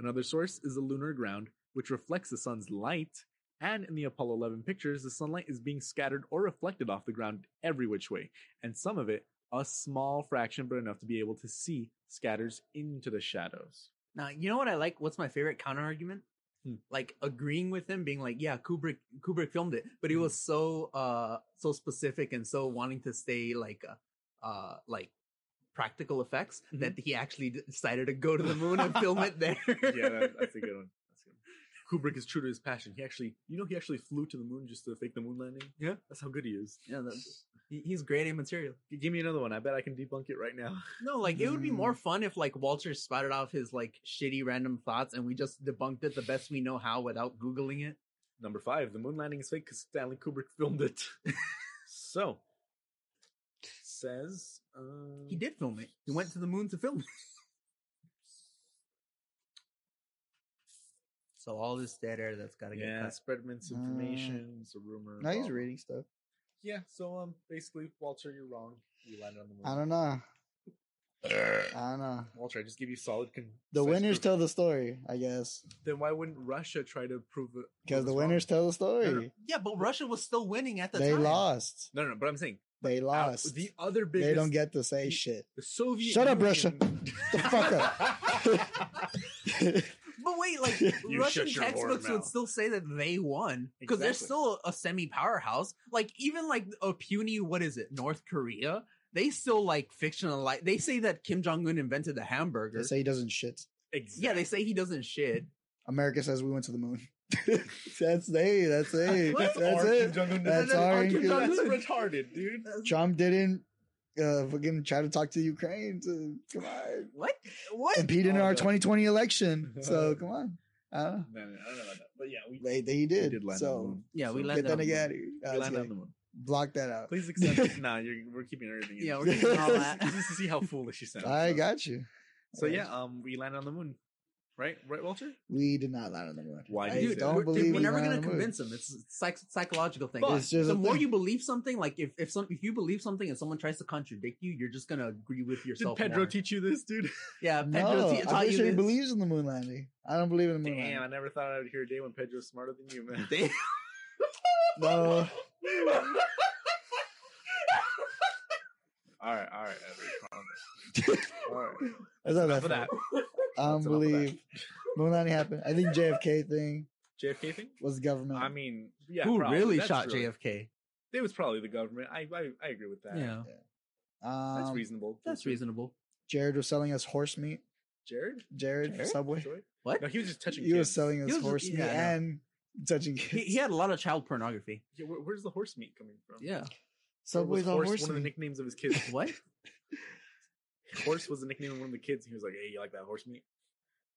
Another source is the lunar ground, which reflects the sun's light and in the Apollo 11 pictures, the sunlight is being scattered or reflected off the ground every which way, and some of it, a small fraction but enough to be able to see, scatters into the shadows. now you know what I like. What's my favorite counter argument? Hmm. Like agreeing with him, being like, "Yeah, Kubrick Kubrick filmed it," but he Hmm. was so uh so specific and so wanting to stay like uh, uh like practical effects Mhm. that he actually d- decided to go to the moon and film it there. yeah, a good one. That's a good one. Kubrick is true to his passion. He actually, you know, he actually flew to the moon just to fake the moon landing. Yeah, that's how good he is. that's- he- he's grade A material. G- Give me another one. I bet I can debunk it right now. No, like it would be more fun if like Walter spouted off his like shitty random thoughts and we just debunked it the best we know how without googling it. Number five, the moon landing is fake because Stanley Kubrick filmed it. so says um, He did film it. He went to the moon to film it. so all this dead air that's got to get Yeah, cut. spread misinformation. It's a rumor. No, Mm. he's Oh, blah, blah. reading stuff. Yeah, so um, basically, Walter, you're wrong. You landed on the moon. I don't know. I don't know. Walter, I just give you solid. Con- The concise winners proof. tell the story, I guess, Then why wouldn't Russia try to prove it? prove because us the wrong? winners tell the No, story. no. Yeah, but Russia was still winning at the They time. lost. No, no, no, but I'm saying They out- lost. the other biggest. They don't get to say the- shit. the Soviet. Shut up, Russia. Union- The fuck up. But wait, like You Russian shut your whore textbooks would mouth. still say that they won because they're Exactly. still a semi powerhouse. Like even like a puny, what is it, North Korea? They still like fictionalize. They say that Kim Jong Un invented the hamburger. They say he doesn't shit. exactly. yeah, they say he doesn't shit. America says we went to the moon. that's they. That's they. What? That's it. That's That's, our Kim Jong-un. that's retarded, dude. Trump didn't uh, fucking try to talk to Ukraine to come on. What? What? Impede in Oh, our God. 2020 election. So come on. I don't know. No, no, I don't know about that. But yeah, we, They, they He did. did land on the so moon. yeah, we So- land get that on the nigga out of moon. here. I We was landed on kidding. the moon. Block that out. please accept it. Nah, you're, we're keeping everything in. Um, Yeah, we're keeping all that. Just to see how foolish you sound. I so. got you. So Okay. yeah, um, we landed on the moon. Right? Right, Walter? We did not land on the moon. Why I do you Dude, say don't we're, believe we're we never landed gonna on the moon. convince them. It's a psych- psychological thing. But It's just a the more thing. you believe something, like if, if some if you believe something and someone tries to contradict you, you're just gonna agree with Did yourself. Pedro more. teach you this, dude? yeah, Pedro No, te- I'm taught pretty you sure he this. believes in the moon landing. I don't believe in the moon Damn, I landing. never thought I would hear a day when Pedro's smarter than you, man. Damn. Uh, No, all right, all right, Edward, calm down. all right. that's not Enough of that. that. funny. I That's don't enough of that. believe moon landing happened. I think JFK thing JFK thing? was government. I mean, yeah, Who probably. really That's shot really- JFK? It was probably the government. I I, I agree with that. Yeah, um, that's reasonable. that's reasonable. Jared was selling us horse meat. Jared? Jared, Jared? Subway. Sorry? What? No, he was just touching. He was kids. selling us was- horse meat yeah, I know. and touching kids. He, he had a lot of child pornography. Yeah, where, where's the horse meat coming from? Yeah. Or was Subway's on horse, horse one of the meat. nicknames of his kids. What? horse was the nickname of one of the kids. He was like, "Hey, you like that horse meat?"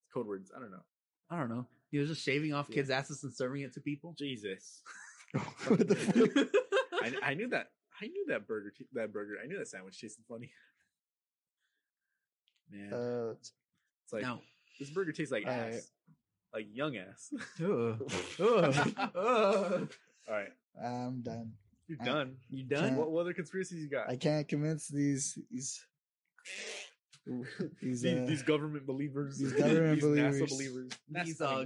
It's code words. I don't know. I don't know. He was just shaving off Yeah. kids' asses and serving it to people. Jesus, what the fuck? I, I knew that. I knew that burger. t- That burger. I knew that sandwich tasted funny. Man, Uh, it's like now, this burger tastes like Alright. ass, like young ass. Ugh. Ugh. Ugh. All right, Uh, I'm done. you're I- done. uh, you Can't- done? What, what other conspiracies you got? I can't convince these these these, these, uh, these government believers, these government NASA believers. believers, These NASA's uh, funny.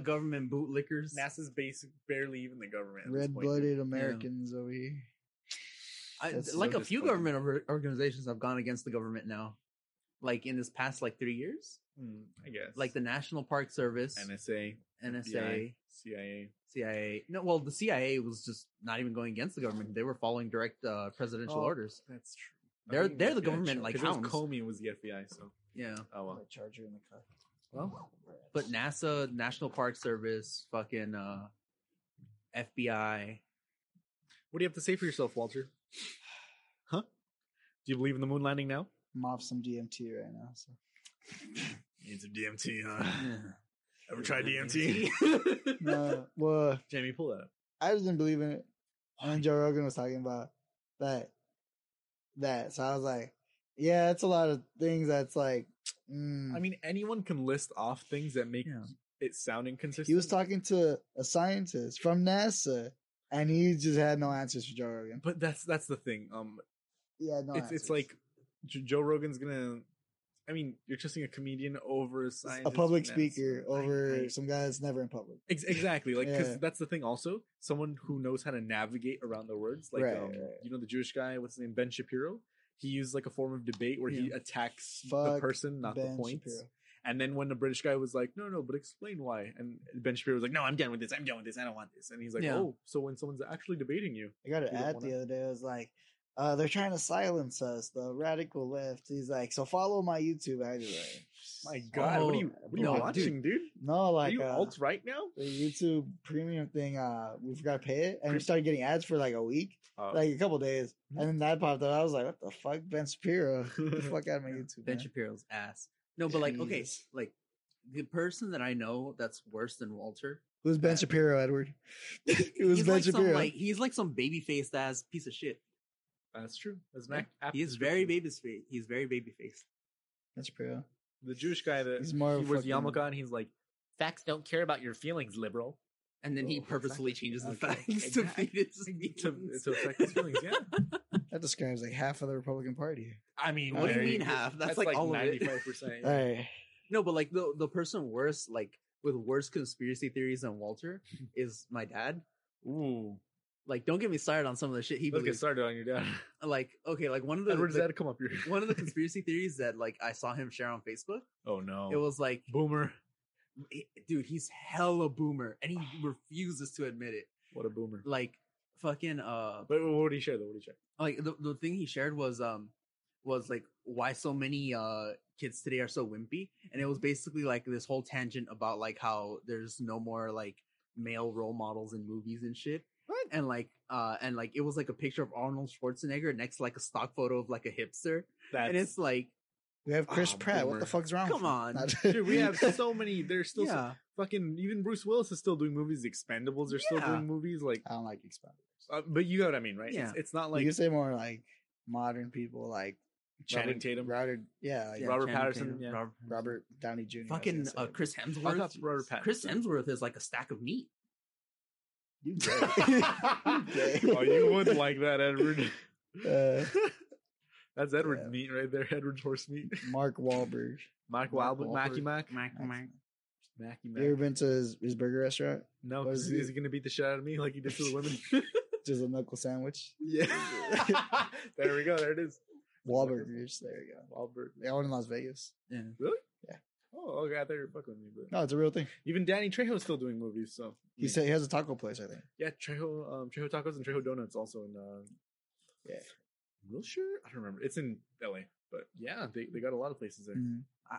government bootlickers. NASA's basic, barely even the government. at this point. red-blooded Americans over here. I, That's like so a few government or- organizations have gone against the government now, like in this past like three years, Mm, I guess, like the National Park Service, NSA, NSA, FBI, CIA. CIA. No, well, the CIA was just not even going against the government; they were following direct uh, presidential Oh, orders. That's true. I They're think they're the FBI government chart- like 'cause it was hounds. Comey was the FBI, so Yeah, oh well. My charger in the car. Well, but NASA, National Park Service, fucking uh, FBI. What do you have to say for yourself, Walter? Huh? Do you believe in the moon landing now? I'm off some DMT right now. So Need some DMT, huh? Yeah. Ever tried DMT? no, well, Jamie, pull that up. I just didn't believe in it. And Joe Rogan was talking about that that. So I was like, yeah, it's a lot of things that's like. mm. I mean, anyone can list off things that make Yeah. it sound inconsistent. he was talking to a scientist from NASA, and he just had no answers for Joe Rogan. but that's that's the thing. Um, Yeah, no. it's it's answers. like J- Joe Rogan's gonna. I mean, you're trusting a comedian over a scientist, a public and that's- I- speaker over I- some guy that's never in public. Ex- exactly, like because Yeah. that's the thing. Also, someone who knows how to navigate around the words, like Right, um, right. you know the Jewish guy, what's his name, Ben Shapiro. He used like a form of debate where he attacks the Fuck person, not the Ben points. Shapiro. And then when the British guy was like, "No, no, but explain why," and Ben Shapiro was like, "No, I'm done with this. I'm done with this. I don't want this." And he's like, Yeah. "Oh, so when someone's actually debating you, I got an You don't ad wanna- the other day. It was like, uh, they're trying to silence us, the radical left. He's like, so follow my YouTube. I just like, my God, what Oh, are you, what are you no, dude. watching, dude? no, Are like you uh, alt right now?" the YouTube premium thing. Uh, we forgot to pay it, and we started getting ads for like a week, Oh. Uh, like a couple days, Mm-hmm. and then that popped up. I was like, what the fuck, Ben Shapiro? Get the fuck out of my YouTube. Ben man. Shapiro's ass. No, but like, okay, Jesus. like the person that I know that's worse than Walter. Who's Ben Shapiro, Edward? it was he's Ben like some Shapiro. like he's like some baby faced ass piece of shit. that's true. That's an Yeah. act- apt He is very description. baby faced. He's very baby faced. ben Shapiro. The Jewish guy that He's more he of wears fucking- yarmulke and he's like, "Facts don't care about your feelings, liberal." And then he Oh, purposefully exactly. changes the facts Okay. to feed his to, feelings. to affect his feelings. Yeah. That describes like half of the Republican Party. I mean, what do you very- mean half? That's, like, all of it. percent. All right. No, but like the the person worse, like with worse conspiracy theories than Walter, is my dad. Ooh, Like, don't get me started on some of the shit he let's get believes. started on your dad. Like, okay, like one of the, Edward, does the- that come up here? one of the conspiracy theories that like I saw him share on Facebook. Oh no! It was like boomer. he- dude, he's hella boomer, and he refuses to admit it. What a boomer! Like fucking uh, But what did he share though? What did he share? like the the thing he shared was um, was like why so many uh kids today are so wimpy, and it was Mm-hmm. basically like this whole tangent about like how there's no more like male role models in movies and shit. What? And like uh and like it was like a picture of Arnold Schwarzenegger next to like a stock photo of like a hipster. That's and it's like We have Chris Ah, Pratt. What boomer. the fuck's wrong? with Come him? on. Not- Dude, we have so many. There's still so- yeah. fucking even Bruce Willis is still doing movies. The Expendables are still Yeah. doing movies. Like, I don't like Expendables. uh, but you know what I mean, right? Yeah. It's, it's not Like, you like could say more like modern people, like Channing Robert- Tatum. Robert, yeah, like Yeah, Robert Channing Patterson, Tatum, yeah. Robert, Robert Downey Jr. I was fucking gonna say. uh, Chris I thought Hemsworth. Robert Pattinson. Chris Hemsworth is like a stack of meat. You gay. You gay. oh, you would like that, Edward. Uh, That's Edward's Yeah. meat right there. Edward's horse meat. Uh, Mark Wahlberg. Mark Mark Wahlberg, Mackey Wahlberg. Mack, Mac, Mac. Mackey You ever Mack. been to his, his burger restaurant? No, what because is he's he- gonna beat the shit out of me like he did to the women. Just a knuckle sandwich. yeah. there we go. There it is. Wahlburgers. There you go. Wahlberg. That one in Las Vegas. Yeah. Really? Yeah. Oh, okay. I thought you were fucking with me, but No, it's a real thing. even Danny Trejo's still doing movies. So He said he has a taco place. I think. yeah, Trejo, um, Trejo tacos and Trejo donuts also in uh, Yeah. Wilshire. I don't remember. It's in L.A. But yeah, they, they got a lot of places Mm. there.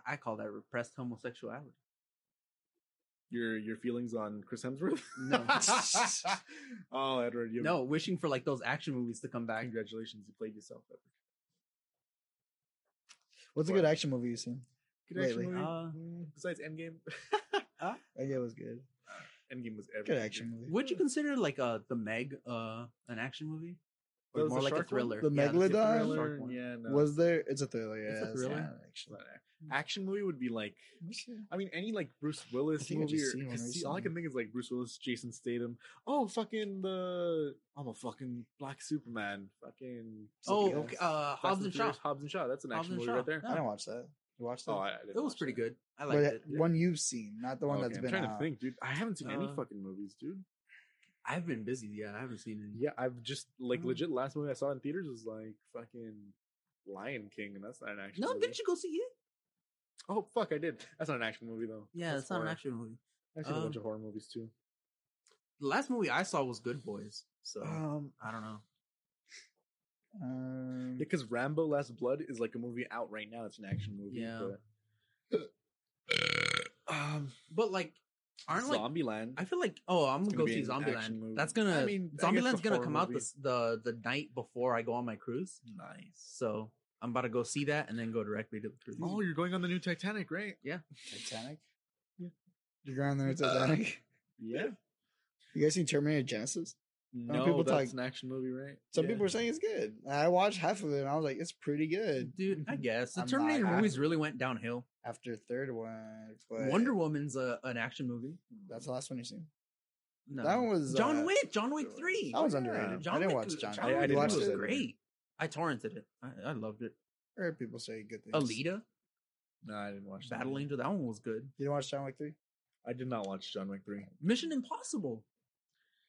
I, I call that repressed homosexuality. Your your feelings on Chris Hemsworth? No. oh, Edward, you No, wishing for like those action movies to come back. Congratulations, you played yourself. Edward. What's a What? good action movie you've seen? Good action Lately. movie. Uh, Mm, Besides Endgame, I think it was good. Endgame was everything. Good action movie. Would you consider like uh the Meg uh an action movie? That Or was more Oh, the like a shark one? thriller. The Yeah, that's Megalodon? a Thriller, shark one. Yeah, no. Was there? It's a thriller. Yeah, It's a it's thriller? not actually. Not ac- action movie would be like I mean any like Bruce Willis I think I movie. just Or, seen one 'cause see, all I recently. can think is like Bruce Willis, Jason Statham. Oh fucking the I'm a fucking Black Superman. Fucking Oh, Yeah. okay. Uh, Fast Hobbs and Shaw. Furious, Hobbs and Shaw. That's an Hobbs action and movie Shaw. right there. Yeah. I didn't watch that. You watched that? Oh, I, I didn't It was watch pretty that. good. I liked but it. one you've seen, not the one Okay, that's I'm been trying out. to think, dude. I haven't seen any Uh, fucking movies, dude. I've been busy. Yeah, I haven't seen any. Yeah, I've just like Mm. legit last movie I saw in theaters was like fucking Lion King, and that's not an action. No, movie. didn't you go see it? Oh fuck, I did. That's not an action movie though. Yeah, That's it's not an horror. action movie. I've seen a bunch Um, of horror movies too. The last movie I saw was Good Boys. So Um, I don't know. Um, because Rambo: Last Blood is like a movie out right now. It's an action movie. Yeah. but Um, but like, aren't like Zombieland. I feel like oh I'm It's gonna gonna go be see an action Zombieland. movie. That's gonna I mean, I guess it's Zombieland's a gonna horror come out movie. the, s- the the night before I go on my cruise. nice. So I'm about to go see that and then go directly to the cruise. Oh, you're going on the new Titanic, right? Titanic. Yeah. Uh, You're going there, Titanic. Yeah. you guys seen Terminator Genesis? No, people that's talk- an action movie, right? Some Yeah. people are saying it's good. I watched half of it and I was like, it's pretty good. Dude, I guess the I'm not- Terminator I- movies really went downhill. After the third one, but Wonder Woman's a, an action movie. That's the last one you seen. No. That was John uh, Wick. John Wick Three. That was Yeah. underrated. John I didn't Wick- watch John. I- I Wick. didn't You watch watched was that it. either. great. I torrented it. I, I loved it. I heard people say good things. Alita, No, I didn't watch that Battle one. Angel. That one was good. You didn't watch John Wick three? I did not watch John Wick three. Mission Impossible.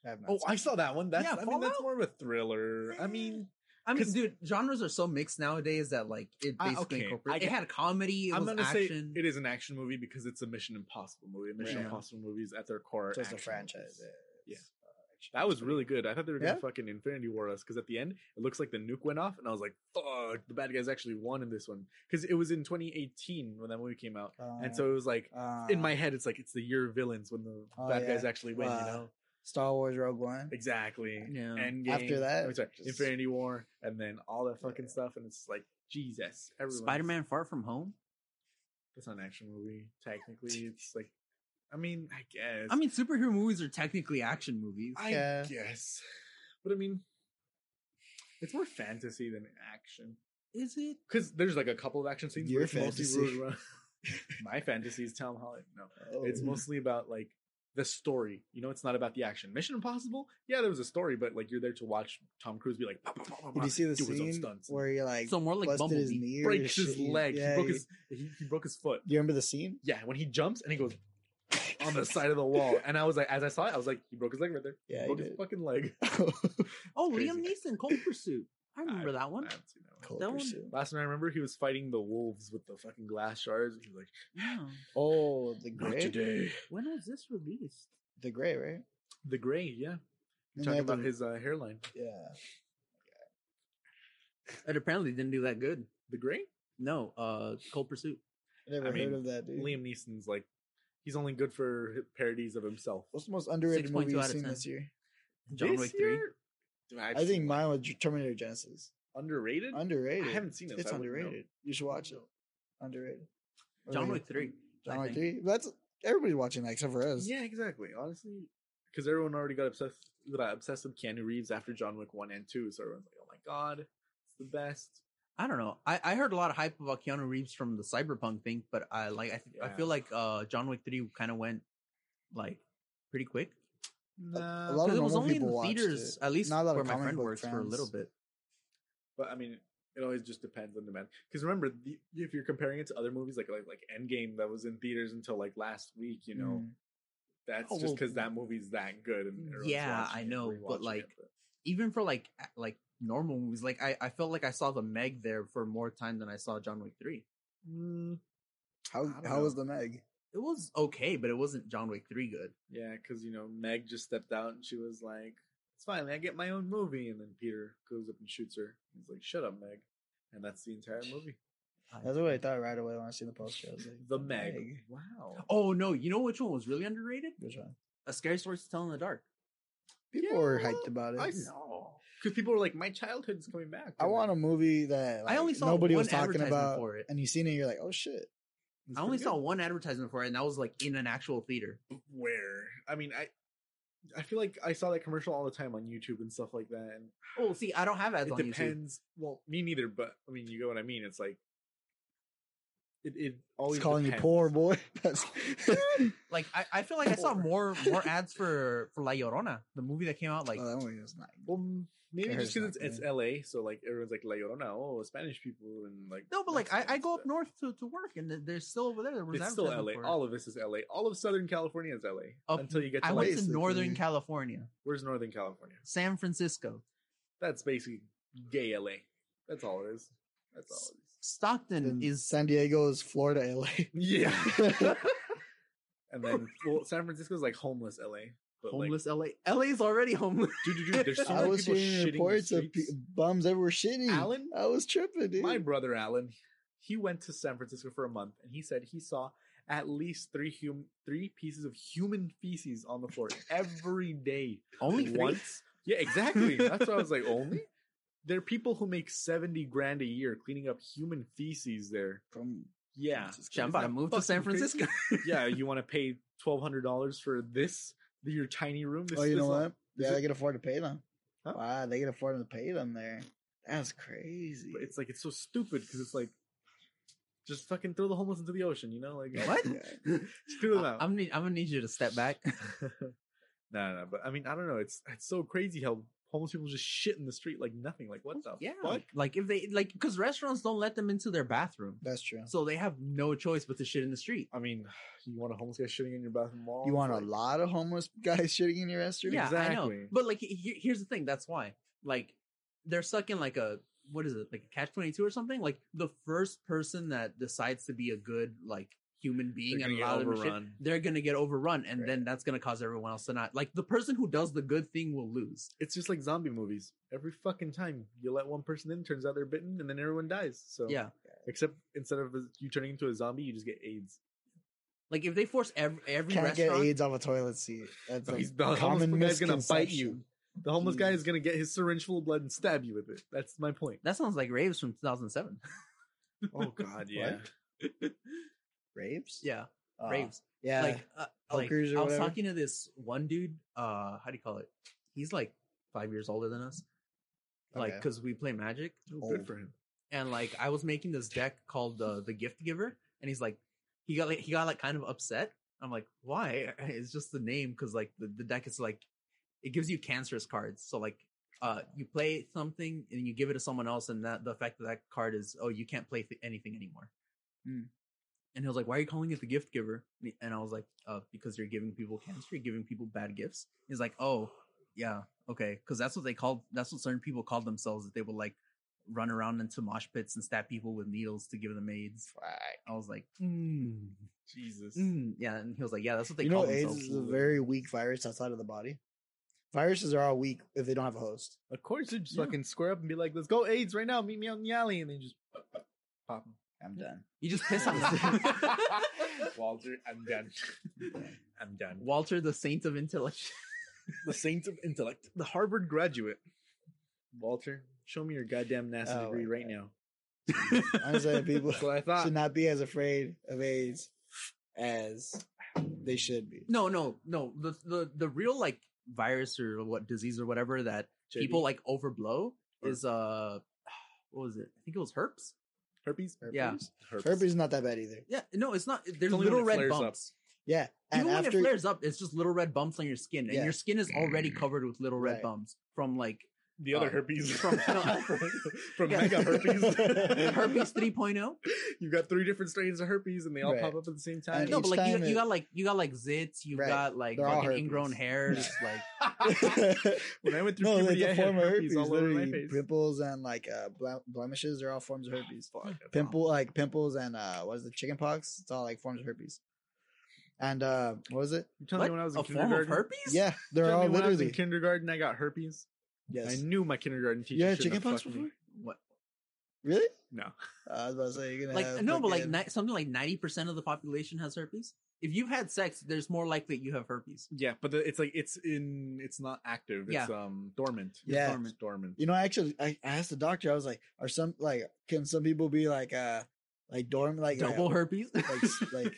I have not. Oh, seen I it. saw that one. That's Yeah, I mean that's Fallout? more of a thriller. I mean, I mean, 'Cause- dude, genres are so mixed nowadays that like it I- basically okay, I incorporated. get- It had comedy. It I'm was gonna action. say it is an action movie because it's a Mission Impossible movie. Mission Yeah. Impossible movies at their core, are So it's a action franchise. movies. yeah. Yeah. It's, uh, action. That was really good. I thought they were gonna Yeah? fucking Infinity War us because at the end it looks like the nuke went off, and I was like, "Fuck, the bad guys actually won in this one." Because it was in 2018 when that movie came out, and Uh, so it was like uh, in my head, it's like it's the year of villains when the Oh, bad yeah. guys actually win. you Uh, know Star Wars Rogue One. exactly. Yeah. Endgame, After that, I'm sorry, just- Infinity War, and then all that fucking Yeah. stuff, and it's like Jesus. everyone's- Spider-Man: Far From Home. That's not an action movie. Technically, it's like, I mean, I guess. I mean, superhero movies are technically action movies. I Yeah. guess. But I mean, it's more fantasy than action. Is it? Because there's like a couple of action scenes. Your where it's mostly fantasy. ruled around- My fantasy is Tom Holland. No, it's Oh. mostly about like the story. You know, it's not about the action. Mission Impossible. Yeah, there was a story, but like you're there to watch Tom Cruise be like, "Bah, bah, bah, bah, Did bah," you see the do his own scene stunts. where he like So more like busted his Bumblebee. knee, or breaks his shit? leg. he Yeah, broke he- his he, he broke his foot. You remember the scene? Yeah, when he jumps and he goes on the side of the wall, and I was like, as I saw it, I was like, he broke his leg right there. Yeah, he he broke his did. fucking leg. Oh, Crazy. Liam Neeson, Cold Pursuit. I remember that I one. haven't seen that one. Cold That one- Pursuit. Last time I remember, he was fighting the wolves with the fucking glass shards. He was like, Yeah. Oh, the "Not gray, today." When was this released? the gray, right? The gray, yeah. And Talking that about was- his uh, hairline. yeah. It apparently didn't do that good. The gray. No, uh, Cold Pursuit. I never I heard mean, of that dude. Liam Neeson's like, he's only good for parodies of himself. What's the most underrated movie 6.2 you've out of seen 10. this year? John This Wick three. year? Dude, I've I seen, think like, mine was Terminator Genesis. underrated. Underrated. I haven't seen it. It's so I wouldn't know. underrated. You should watch it. Underrated. What John about Wick you? three. John I Wick think. three. That's everybody's watching that except for us. Yeah, exactly. Honestly, because everyone already got obsessed, got obsessed with Keanu Reeves after John Wick one and two, so everyone's like, "Oh my god, it's the best." I don't know. I, I heard a lot of hype about Keanu Reeves from the cyberpunk thing, but I like I, th- I Yeah. feel like uh John Wick three kind of went like pretty quick. a Nah, lot of Because it was normal only in people the watched theaters, it. at least Not a lot of where my comic friend book works for a fans. little bit. but I mean, it always just depends on the man. Because remember, the, if you're comparing it to other movies like like like Endgame that was in theaters until like last week, you know, Mm. that's Oh, just well, because that movie's that good. And everyone's yeah, watching I it, know, but, rewatching like, it, Even for like a- like normal movies, like I, I felt like I saw the Meg there for more time than I saw John Wick three. Mm, How I don't how was know. the Meg? It was okay, but it wasn't John Wick three good. yeah, because you know Meg just stepped out and she was like, "It's fine, I get my own movie." And then Peter goes up and shoots her. He's like, "Shut up, Meg," and that's the entire movie. That's what I thought right away when I seen the poster. I was like, The Meg. Wow. Oh no, you know which one was really underrated? Which one? A scary story to tell in the dark. People were Yeah, hyped about it. I know. Because people were like, "My childhood's coming back." I and want a then- movie that like, I only saw nobody one was talking advertisement about, for it. and you seen it, you're like, oh shit. It's I only pretty saw good. one advertisement for it, and that was like in an actual theater. where I mean I I feel like I saw that commercial all the time on YouTube and stuff like that. And Oh, see, I don't have ads it on YouTube. depends. Well, me neither, but I mean you get what I mean. It's like it, it always It's calling depends. you poor boy. That's Like, I, I feel like I saw Poor. more more ads for for La Llorona, the movie that came out like oh, that movie was not. Well, m- maybe I heard just because it's it's, not it's LA, so like everyone's like La Llorona, oh Spanish people and like no, but like I, I Mexicans, go up but north to, to work, and th- there's still over there. There was It's still advertisement LA. for it. All of this is LA. All of Southern California is LA. Up- until you get to I like went to Basically. Northern California, where's Northern California? San Francisco, That's basically gay LA. That's all it is. That's all it is. Stockton Then is San Diego is Florida, LA. Yeah. and then well, San Francisco's like homeless LA. But like, homeless. LA, LA is already homeless. dude, dude, dude, there's so I many was people hearing shitting in the reports of pe- streets. bums that were shitting. Alan? I was tripping, dude. My brother Alan, he went to San Francisco for a month, and he said he saw at least three hum- three pieces of human feces on the floor every day. Only three? once. Yeah, exactly. That's why I was like, only. There are people who make seventy grand a year cleaning up human feces there. From Yeah, Shit, I'm about to Isn't that move to San fucking crazy? Francisco. yeah, you want to pay twelve hundred dollars for this, your tiny room. This, oh, you this know long- what? Yeah, it- they can afford to pay them. Huh? Wow, they can afford to pay them there. That's crazy. But it's like it's so stupid because it's like just fucking throw the homeless into the ocean, you know? Like What? Just throw them I- out. I'm need- I'm gonna need you to step back. no, no, but I mean, I don't know. It's it's so crazy how homeless people just shit in the street like nothing. Like Oh, what the yeah, fuck? like if they like because restaurants don't let them into their bathroom, That's true. so they have no choice but to shit in the street. I mean, you want a homeless guy shitting in your bathroom wall? You want Like, a lot of homeless guys shitting in your restroom? Yeah, I know. Exactly. But like, he- he- here's the thing. That's why, like, they're stuck in like a what is it, like a catch twenty two or something. Like the first person that decides to be a good like human they're being gonna and get allow them to shit, overrun. they're gonna get overrun, and Right. then that's gonna cause everyone else to not like the person who does the good thing will lose. It's just like zombie movies. Every fucking time you let one person in, turns out they're bitten, and then everyone dies. So Yeah, except instead of you turning into a zombie, you just get AIDS. like if they force every every Can't get restaurant. AIDS off a toilet seat. That's He's- like the homeless common guy's gonna bite you. misconception. The homeless guy Jesus. is gonna get his syringe full of blood and stab you with it. That's my point. that sounds like raves from 2007. Oh God, yeah. Rapes? Yeah, Uh, raves. Yeah. like, uh, like hookers or I was whatever. talking to this one dude. Uh, how do you call it? He's like five years older than us. Like, Okay. cause we play Magic, Oh, good Oh. for him. and like I was making this deck called uh, the the Gift Giver, and he's like, he got like he got like kind of upset. I'm like, why? It's just the name, cause like the, the deck is like, it gives you cancerous cards. So like, uh, you play something and you give it to someone else, and that the effect of that card is, oh, you can't play th- anything anymore. Hmm. And he was like, "Why are you calling it the gift giver?" And I was like, uh, "Because you're giving people cancer, you're giving people bad gifts." He's like, "Oh, yeah, okay," because that's what they called. That's what certain people called themselves. That they would like run around into mosh pits and stab people with needles to give them AIDS. I was like, mm, Jesus. mm. yeah, and he was like, "Yeah, that's what they you call know, AIDS themselves." is a very weak virus outside of the body. Viruses are all weak if they don't have a host. Of course, they just Yeah. fucking square up and be like, "Let's go AIDS right now. Meet me out in the alley," and then just pop him. I'm done. you just piss on the Walter, I'm done. I'm done. Walter, the saint of intellect. The saint of intellect, the Harvard graduate. Walter, show me your goddamn NASA Oh, degree wait, right now. I'm saying people That's what I thought. should not be as afraid of AIDS as they should be. No, no, no. The the the real like virus or what disease or whatever that JD. people like overblow Or- is uh what was it? I think it was herpes. Herpes? Yeah. Herpes? Herpes is not that bad either. Yeah, no, it's not. There's only when little it red flares up. bumps. Yeah. And Even when after it flares up, it's just little red bumps on your skin, and Yeah. your skin is already covered with little red Right. bumps from like The other Uh, herpes from- from, from Yeah. mega herpes. herpes oh. 3.0. you got three different strains of herpes and they all Right. pop up at the same And time. No, each but like you, time you it- got like you got like zits, you Right. got like They're all fucking ingrown herpes. hairs, like when I went through no, it's puberty, I a had form of herpes, herpes. all over my literally, face. pimples and like uh, ble- blemishes are all forms of herpes. Fuck, that's Pimple, like pimples and uh, what is it? Chicken pox. It's all like forms of herpes. And uh, what was it? You telling me what? when I was in a form of kindergarten? herpes? Yeah, You they're telling me all when I was literally. in kindergarten, I got herpes. I yes. knew my kindergarten teacher. You had shouldn't chicken have pox fucked before? me. What? Really? No, Uh, I was about to say you're gonna Like have no, but like fucking- ni- something like ninety percent of the population has herpes. If you've had sex, there's more likely you have herpes. yeah, but the, it's like it's in. It's not active. It's um dormant. Yeah. It's dormant. dormant. You know, actually, I I asked the doctor. I was like, "Are some like can some people be like uh like dorm like like- Double herpes. like uh, s- like?"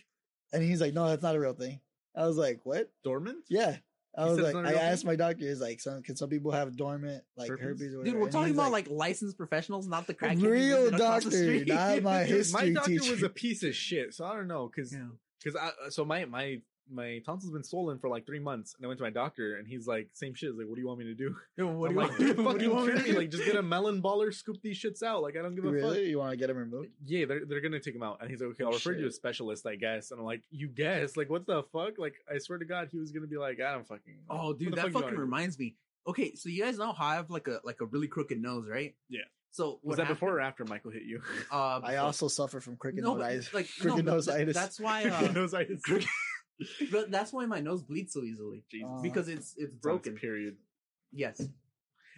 And he's like, "No, that's not a real thing." I was like, "What?" Dormant? Yeah, I He said was it's like, not a I real asked my doctor. He's like, "Some can some people have dormant like Herpes? herpes?" or Dude, whatever?" we're And talking he's about like, licensed professionals, not the crackhead. who lives real in across doctor, the street. not my Dude, my history doctor teacher. was a piece of shit, so I don't know because Yeah. because I uh, so my my my tonsil's been swollen for like three months, and I went to my doctor, and he's like, same shit. He's like, what do you want me to do? Yo, I'm what do you like, want? "Dude, what do fucking you want me kidding to me? do? Like, just get a melon baller, scoop these shits out. Like, I don't give a fuck. really. You want to get him removed? Yeah, they're they're gonna take him out, and he's like, okay, I'll Oh, refer you to a shit. specialist, I guess. And I'm like, you guess? Like, what the fuck? Like, I swear to God, he was gonna be like, I don't fucking. know. Oh, What dude, the that fuck you fucking want me to do?" reminds me. Okay, so you guys know how I have like a like a really crooked nose, right? Yeah. So Was what that happened- before or after Michael hit you? Uh, I also suffer from crooked no, nose. but, eyes. like crooked no, but nose th- itis. That's why. Uh, Those eyes. but that's why my nose bleeds so easily Jesus, Uh, because it's it's It's on its broken. period. Yes,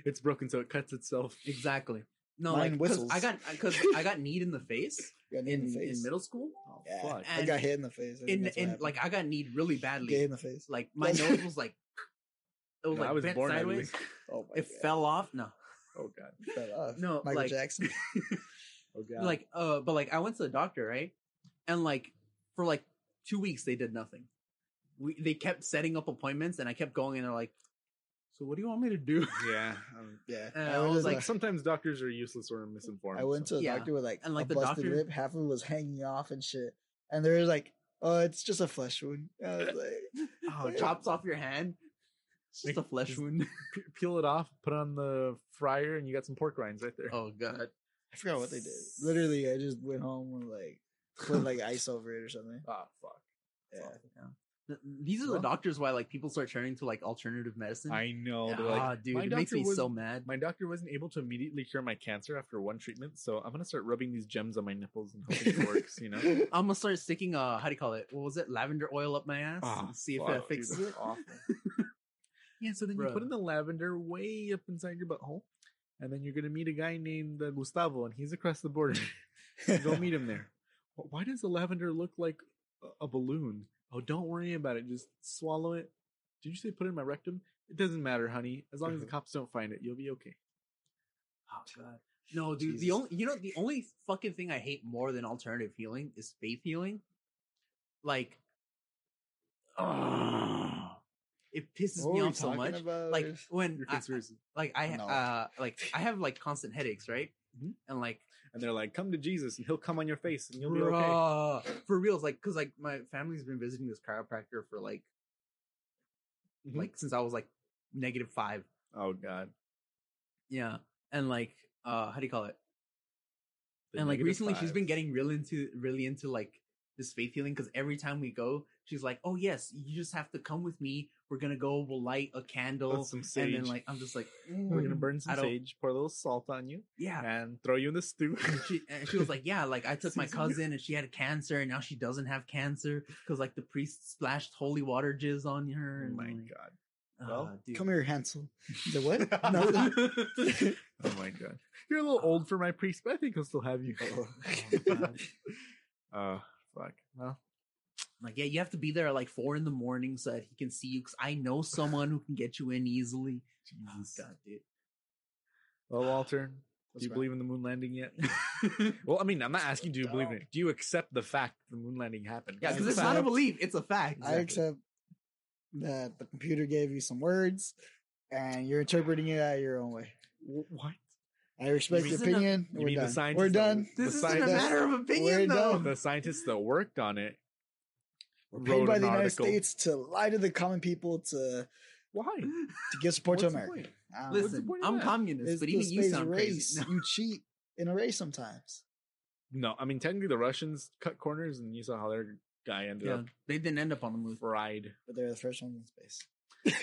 It's broken, so it cuts itself. exactly. No, Mine like 'cause whistles. I got because I got kneed in the face Got hit in, in the face. in middle school. Oh, Yeah. fuck. I got hit in the face. I think In that's what in happened. like I got kneed really badly. Get hit in the face. Like my nose was like it was No, like I was bent born ugly. sideways. Oh my It god. fell off. No, Oh god. Fell off. No, Michael like- Jackson. Oh god. like uh but like i went to the doctor right and like for like two weeks they did nothing we they kept setting up appointments and i kept going and they're like so what do you want me to do yeah. um, Yeah. And I I went to was the- like, sometimes doctors are useless or misinformed. I went to so- a Yeah. doctor with like And, like, a the busted doctor- rib, half of it was hanging off and shit. And they were like, "Oh, it's just a flesh wound." I was like, oh, chops off your hand it's just a Like, flesh just- wound Pe- peel it off, put it on the fryer, and you got some pork rinds right there. oh god I forgot what they did. Literally, I just went home and like put like ice over it or something. Ah, fuck. Yeah. Th- these are the Well- doctors why like people start turning to like alternative medicine I know. they're like, ah, dude "My it makes doctor me was- so mad My doctor wasn't able to immediately cure my cancer after one treatment, so I'm gonna start rubbing these gems on my nipples and hoping it works. You know, i'm gonna start sticking uh how do you call it what was it lavender oil up my ass Ah, and see if fuck, that dude, fixes that's it awful. yeah. So then you put Bruh. in the lavender way up inside your butthole, and then you're gonna meet a guy named uh, Gustavo, and he's across the border. Go meet him there. "Wh- Why does the lavender look like a- a balloon? Oh, don't worry about it. Just swallow it. Did you say put it in my rectum? It doesn't matter, honey. As long as the Uh-huh. cops don't find it, you'll be okay. Oh god. No, dude. The Jesus. only you know the only fucking thing I hate more than alternative healing is faith healing. Like, ugh, it pisses What me were we off so talking much. about? Like when Your I, conspiracy. like I No. uh like I have like constant headaches, right? Mhm. And like, And they're like, come to Jesus, and he'll come on your face, and you'll be okay. bruh, for reals, like, cause like my family's been visiting this chiropractor for like, Mhm. like since I was like negative five. Oh God. Yeah, and like, uh, how do you call it? The and like negative recently she's been fives. getting really into really into like this faith healing because every time we go she's like oh yes you just have to come with me we're gonna go we'll light a Put candle some sage. and then like i'm just like we're gonna "Mm, burn some I don't- sage, pour a little salt on you, yeah and throw you in the stew. and she, and she was like yeah like i took my Season you. cousin and she had cancer and now she doesn't have cancer because like the priest splashed holy water jizz on her oh and my like, God. ah, dude. come here, Hansel. The what? Nothing. Oh my God. You're a little old for my priest, but I think he'll still have you. Oh. Oh, God. Uh, fuck. Well, like yeah you have to be there at like four in the morning so that he can see you because i know someone who can get you in easily Oh, Jesus. God, dude. Well, Walter, What's do you wrong? believe in the moon landing yet? well, I mean, I'm not asking do you believe in it. Do you accept the fact the moon landing happened? Yeah, That's because a it's not a fact. belief; it's a fact. I accept that the computer gave you some words, and you're interpreting it out your own way. Wh- What? I respect your Reason of- opinion. You We're mean the done. scientists We're that- done. This The isn't a scientists- matter of We're opinion, though. done. the scientists that worked on it We're paid by the United States to lie to the common people to Why? to give support What's to the America. point? I don't know. What's the Listen, point of I'm that? communist, It's but the even you space sound race. crazy. No. You cheat in a race sometimes. No, I mean technically the Russians cut corners, and you saw how their guy ended Yeah, up they didn't end up on the moon. fried. But they're the first ones in space.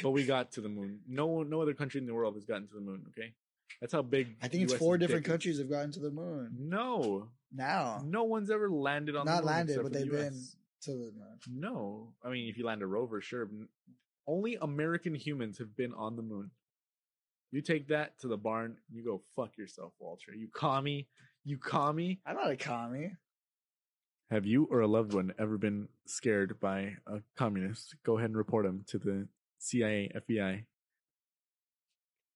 But we got to the moon. No, no other country in the world has gotten to the moon. Okay, that's how big. I think it's US four is different big. countries have gotten to the moon No, now. no one's ever landed on the Not moon landed, except but for the they've been US. to the moon. No, I mean if you land a rover, sure. but Only American humans have been on the moon. You take that to the barn, you go fuck yourself, Walter. You commie, you commie. I'm not a commie. Have you or a loved one ever been scared by a communist? Go ahead and report them to the CIA, FBI.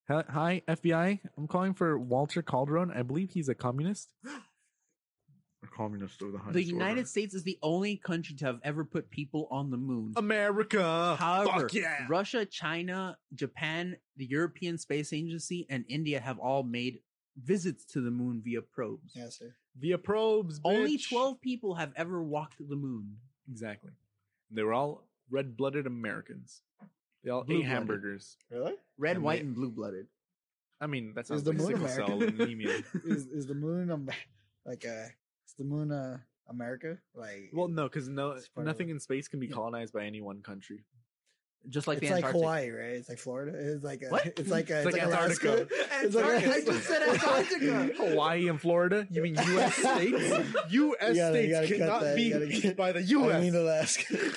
Hi- Hi, FBI. I'm calling for Walter Calderon. I believe he's a communist. A communist of the The United States is the only country to have ever put people on the moon. America. However, Um, fuck yeah. Russia, China, Japan, the European Space Agency, and India have all made visits to the moon via probes. Yes, sir. Via probes. Only bitch. 12 people have ever walked the moon. Exactly. They were all red blooded Americans. They all ate Blue-blooded. hamburgers. Really? Red, And white, they- and blue blooded. I mean, that Is sounds the like moon sickle cell American? anemia. is is the moon um, like uh is the moon uh America? Like well, no, because no, It's part of nothing it. in space can be Yeah. colonized by any one country. Just like it's the like Antarctic. Hawaii, right? It's like Florida. It's like a, What? it's like a, It's it's, like like, Antarctica. Alaska. It's like Antarctica. I just said Antarctica. Hawaii and Florida? You mean U.S. states? U.S. You gotta- you states gotta cut cannot that. be You gotta beat get- by the I U.S. mean Alaska.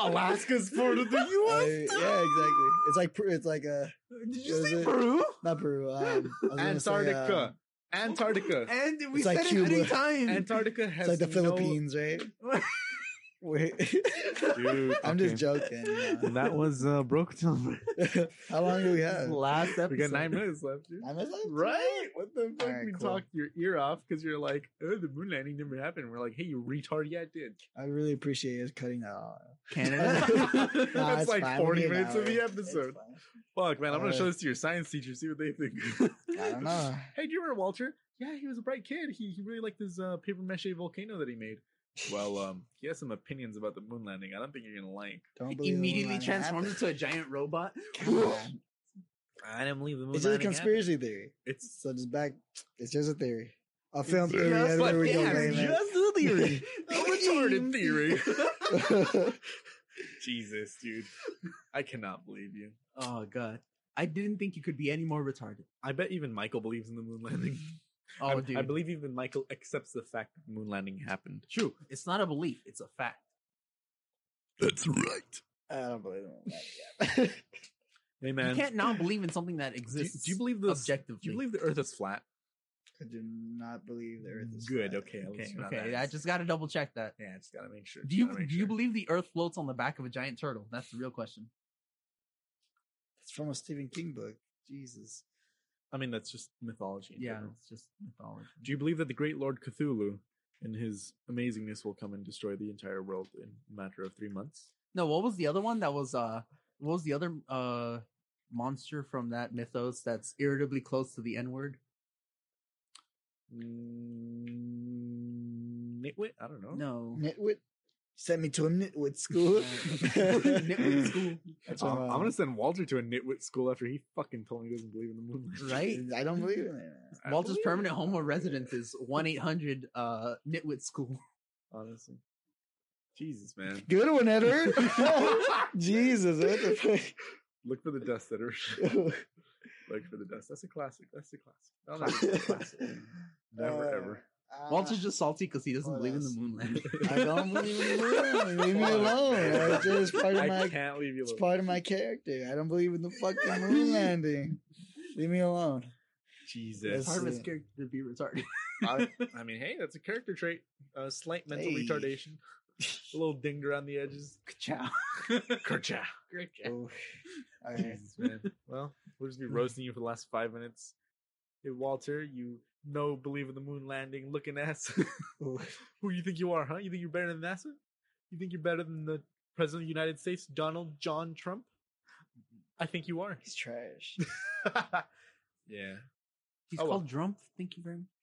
Alaska's part of the I- U.S. yeah, exactly. It's like Peru- it's like uh, a Did Is you say it- Peru? not Peru. Um, I was gonna say, Antarctica. um, Antarctica. And we It's like said it many Cuba. times. Antarctica has it's like the no- Philippines, right? Wait, Dude, I'm just okay. joking. And that was uh, broke down. uh, How long do we have? Last episode. We got nine minutes left, dude. I missed it? Right? What the fuck? Alright, we cool. talked your ear off because you're like, oh, the moon landing never happened. We're like, hey, you retard. Yeah, it did. I really appreciate you cutting that off. Canada. Nah, That's it's like fine. We 40 need an minutes of hour. the It's episode. fine. Fuck, man. I'm going Alright. to show this to your science teacher, see what they think. I don't know. Hey, do you remember Walter? Yeah, he was a bright kid. He, he really liked this uh, paper mache volcano that he made. Well, um, he has some opinions about the moon landing. I don't think you're going to like. Don't believe the Immediately line transformed happened. into a giant robot. Come on. I didn't believe the moon It's just a conspiracy theory. It's So just back. It's just a theory. A film It's theory. just that's a where we go, theory. man. Just the theory. a retarded theory. Just- Jesus, dude. I cannot believe you. Oh god. I didn't think you could be any more retarded. I bet even Michael believes in the moon landing. Oh, I, dude. I believe even Michael accepts the fact that the moon landing happened. True. It's not a belief. It's a fact. That's right. I don't believe it. Hey man, You can't now believe in something that do, you- exists. do you believe the objectively? Do you believe the Earth is flat? I do not believe the Earth is Good. flat. Okay. Okay, okay. I just got to double check that. Yeah, I just gotta make sure. Do you gotta make do you sure. believe the Earth floats on the back of a giant turtle? That's the real question. It's from a Stephen King book. Jesus. I mean, that's just mythology. in Yeah, general. it's just mythology. Do you believe that the great Lord Cthulhu, in his amazingness, will come and destroy the entire world in a matter of three months? No, what was the other one that was uh what was the other uh monster from that mythos that's irritably close to the N word? Mm, Nitwit? I don't know. No. Nitwit sent me to a nitwit school. Nitwit school. That's Uh, I'm, what Uh, I'm gonna send Walter to a nitwit school after he fucking told me he doesn't believe in the moon. landing. Right? I don't believe in it. I Walter's believe permanent it. home of residence is one eight hundred uh nitwit school. Honestly, Jesus, man. Good one, Edward. Jesus, what the fuck? Look for the dust that are. Look for the dust. That's a classic. That's a classic. That'll never be a classic. Never Uh, ever. uh, Walter's just salty because he doesn't what believe in the else? moon landing. I don't believe in the moon. Leave me alone. That's just part of I my can't leave you It's alone. part of my character. I don't believe in the fucking moon landing. Leave me alone. Jesus. Part of his Yeah. character to be retarded. I, I mean, hey, that's a character trait. A slight mental Hey. retardation. A little dinged around the edges. Ciao. Kercha. Oh, all right. Jesus, man. Well, we'll just be roasting you for the last five minutes. Hey, Walter, you no believe in the moon landing looking ass. Ooh. Who you think you are, huh? You think you're better than NASA? You think you're better than the President of the United States, Donald John Trump? I think you are. He's trash. yeah. He's Oh, well. called Drumpf. Thank you very much.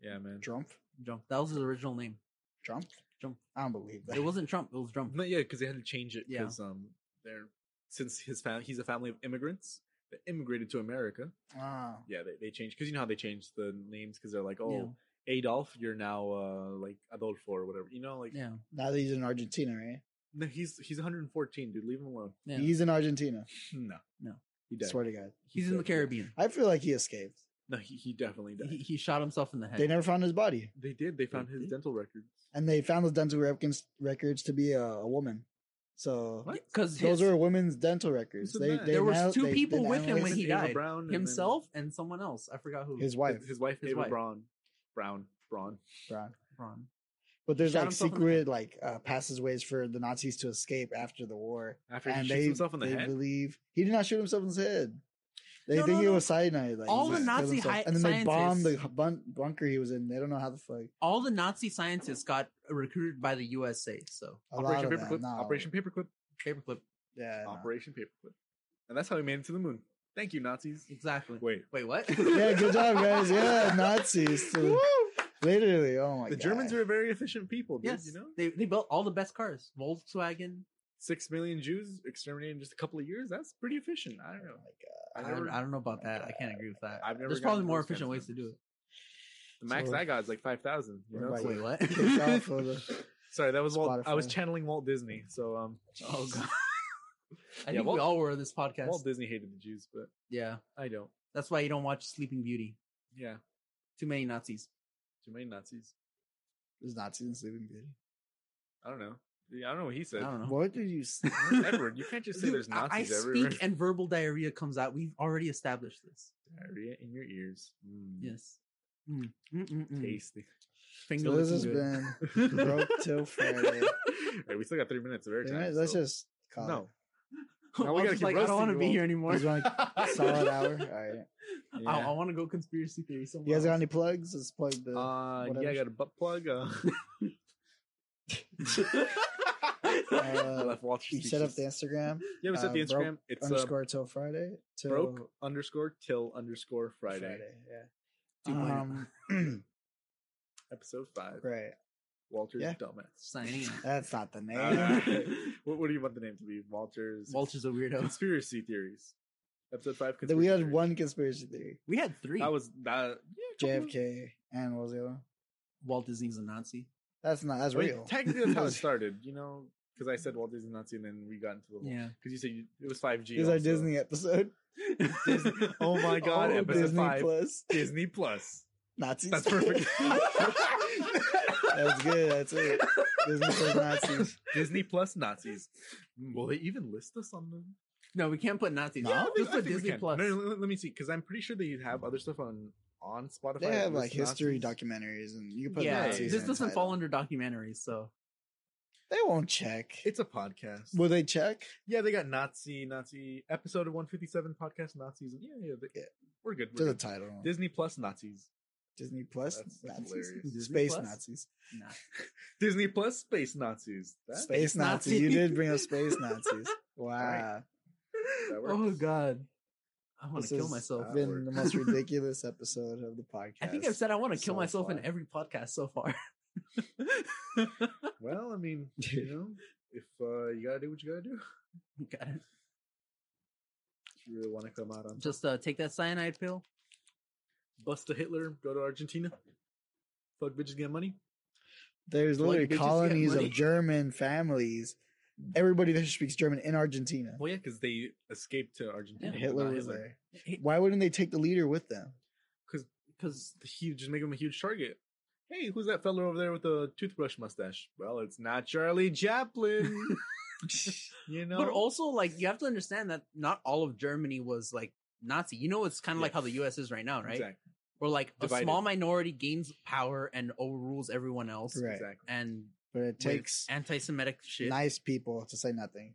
Yeah, man. Trump? Drumpf. That was his original name. Trump? Trump. I don't believe that. It wasn't Trump. It was Drumpf. No, yeah, because they had to change it Yeah. because um, they're since his family he's a family of immigrants that immigrated to America. Ah. Yeah, they, they changed because you know how they changed the names because they're like, Yeah. oh, Adolf, you're now uh like Adolfo or whatever. You know, like Yeah. Now that he's in Argentina, right? no, he's he's 114, dude. Leave him alone. Yeah. He's in Argentina. No, No. he dead. Swear to God. He's in the dead, yeah. Caribbean. I feel like he escaped. No, he, he definitely died. He, he shot himself in the head. They never found his body. they did. They found his did? dental records. And they found those dental records, records to be a, a woman. So What? Because those were women's dental Who's records. the They, man? they There was anal- two they people did with him analyze- when he Ava died. Brown and then himself and someone else. I forgot who. his wife. his, his wife, His Ava wife. Brown, Brown, Brown. Brown. Ron. But there's Shot like himself in the secret like uh, passageways for the Nazis to escape after the war. After he shoots himself in the they head. believe he did not shoot himself in his head. They No, think no, it no. was cyanide. Like, he All the just killed Nazi himself. hi- and then they bombed the scientists- h- bun- bunker he was in. They don't know how the fuck. All the Nazi scientists got recruited by the USA. So A lot Operation of them, Paperclip. no. Operation Paperclip. paperclip. Yeah, no. Operation Paperclip. And that's how he made it to the moon. Thank you, Nazis. Exactly. Wait. Wait, what? yeah. Good job, guys. Yeah, Nazis. dude. Literally. Oh my. the Germans God. are a very efficient people, dude. Yes. You know, They they built all the best cars. Volkswagen. six million Jews exterminated in just a couple of years. That's pretty efficient. I don't know. Oh my God. I, I never, don't, I don't know about that. I can't agree with that. I've never There's gotten probably more those kinds efficient of ways to do it. the max So- I got is like five thousand. You know, Right. it's Wait, like- what? Kicked off of the- sorry, that was Walt. I was Spotify. channeling Walt Disney. So, um, oh god. I Yeah, think Walt- we all were in this podcast. Walt Disney hated the Jews, but yeah, I don't. that's why you don't watch Sleeping Beauty. Yeah, Too many Nazis. too many Nazis. There's Nazis in Sleeping Beauty. I don't know. Yeah, I don't know what he I said. don't know. What did you? s- Edward, you can't just say Dude, there's I- I Nazis speak everywhere. and verbal diarrhea comes out. We've already established this. Diarrhea in your ears. Mm, Yes. Mm. Mm, mm, mm. Tasty. Finger So this has looking good. been broke till Friday. Hey, we still got three minutes of airtime. Damn it, Let's so- just call no. it. Now we Walt's gotta just keep like, I don't roasting want to you be all. here anymore. Just want a solid hour. All right. I, Yeah. want to go conspiracy theory. You somewhere guys got else. any plugs? Let's plug the. Uh, yeah, whatever. I got a butt plug. Uh, I uh, left Walt you set up the Instagram Yeah, we set uh, the broke Instagram. it's uh, underscore till Friday. Till broke underscore till underscore Friday, oh. Yeah. Dude, why not? Um, episode five. right. Walter's Yeah. dumbass. signing out. That's not the name. Alright. what, what do you want the name to be? Walter's Walter's a weirdo. conspiracy theories. Episode five. Then conspiracy we had theories. one conspiracy theory. We had three. That was that. Yeah, a couple of- JFK and what was the other one? Walt Disney's a Nazi. That's not. That's I mean, real. technically, that's how it started. You know, because I said Walt Disney Nazi, and then we got into the because Yeah. you said you, it was five G. This is our Disney episode. Disney. Oh my God! Oh, episode Disney five. Plus. Disney Plus. Nazis. That's perfect. That's good. That's it. Disney Plus Nazis. Disney Plus Nazis. Hmm. Will they even list us on them? No, we can't put Nazis. No? Yeah, I I think- just I put think we Disney can. Plus. No, no, let, let me see, because I'm pretty sure they have other stuff on on Spotify. They that have like lists history Nazis. documentaries, and you put yeah, Nazis. this in doesn't the fall title. under documentaries, so They won't check. It's a podcast. Will they check? yeah, they got Nazi Nazi episode of 157 podcast Nazis. Yeah, yeah, they, Yeah. we're good. To We're the good. title. Disney Plus Nazis. Disney Plus That's- that's Nazis. hilarious. Disney Space Plus? Nazis. nah. Disney Plus Space Nazis. That, Space Nazis. Nazi. You did bring up space Nazis. Wow. Alright. that works. Oh god, I want This to kill has myself. uh, been That the works. most ridiculous episode of the podcast. I think I've said I want to kill so myself in far. every podcast so far. Well, I mean, you know, if uh, you gotta do what you gotta do, Got it. if you really want to come out on Just uh, take that cyanide pill. bust a Hitler, go to Argentina, fuck bitches, get money. There's Like, literally bitches get colonies money. of German families. Everybody that speaks German in Argentina. Well, yeah, because they escaped to Argentina. but Hitler not was there. Why wouldn't they take the leader with them? Because He just make him a huge target. Hey, who's that fella over there with the toothbrush mustache? Well, it's not Charlie Chaplin. you know, But also, like, you have to understand that not all of Germany was like Nazi. You know, it's kind of like how the U.S. is right now, right? Exactly. Or like a Divided. small minority gains power and overrules everyone else, Right. exactly. and But it takes takes anti-Semitic shit. nice people to say nothing.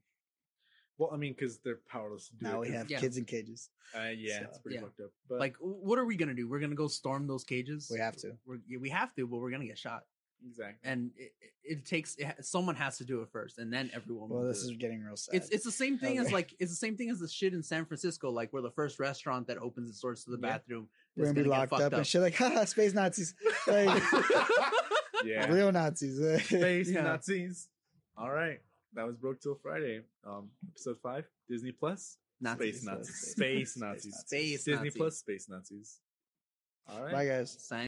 Well, I mean, because they're powerless to do now it. we have Yeah. kids in cages. Uh, yeah, So, it's pretty yeah. fucked up. But Like, what are we gonna do? We're gonna go storm those cages. We have to. We're, yeah, we have to, but we're gonna get shot. Exactly. and it, it- it takes it, ha- someone has to do it first, and then everyone. Well, will this do is it. getting real sad. It's it's the same thing as Okay. like it's the same thing as the shit in San Francisco, like we're the first restaurant that opens its doors to the Yeah. bathroom. we're that's gonna be gonna get locked fucked up, up. and shit. Like, haha, space Nazis, like yeah. real Nazis. Space Yeah. Nazis. All right. That was Broke Till Friday. Um, episode five, Disney Plus. Nazis. Space Nazis. Space Nazis. Space Disney Nazis. Plus Space Nazis. All right. Bye guys. Sign-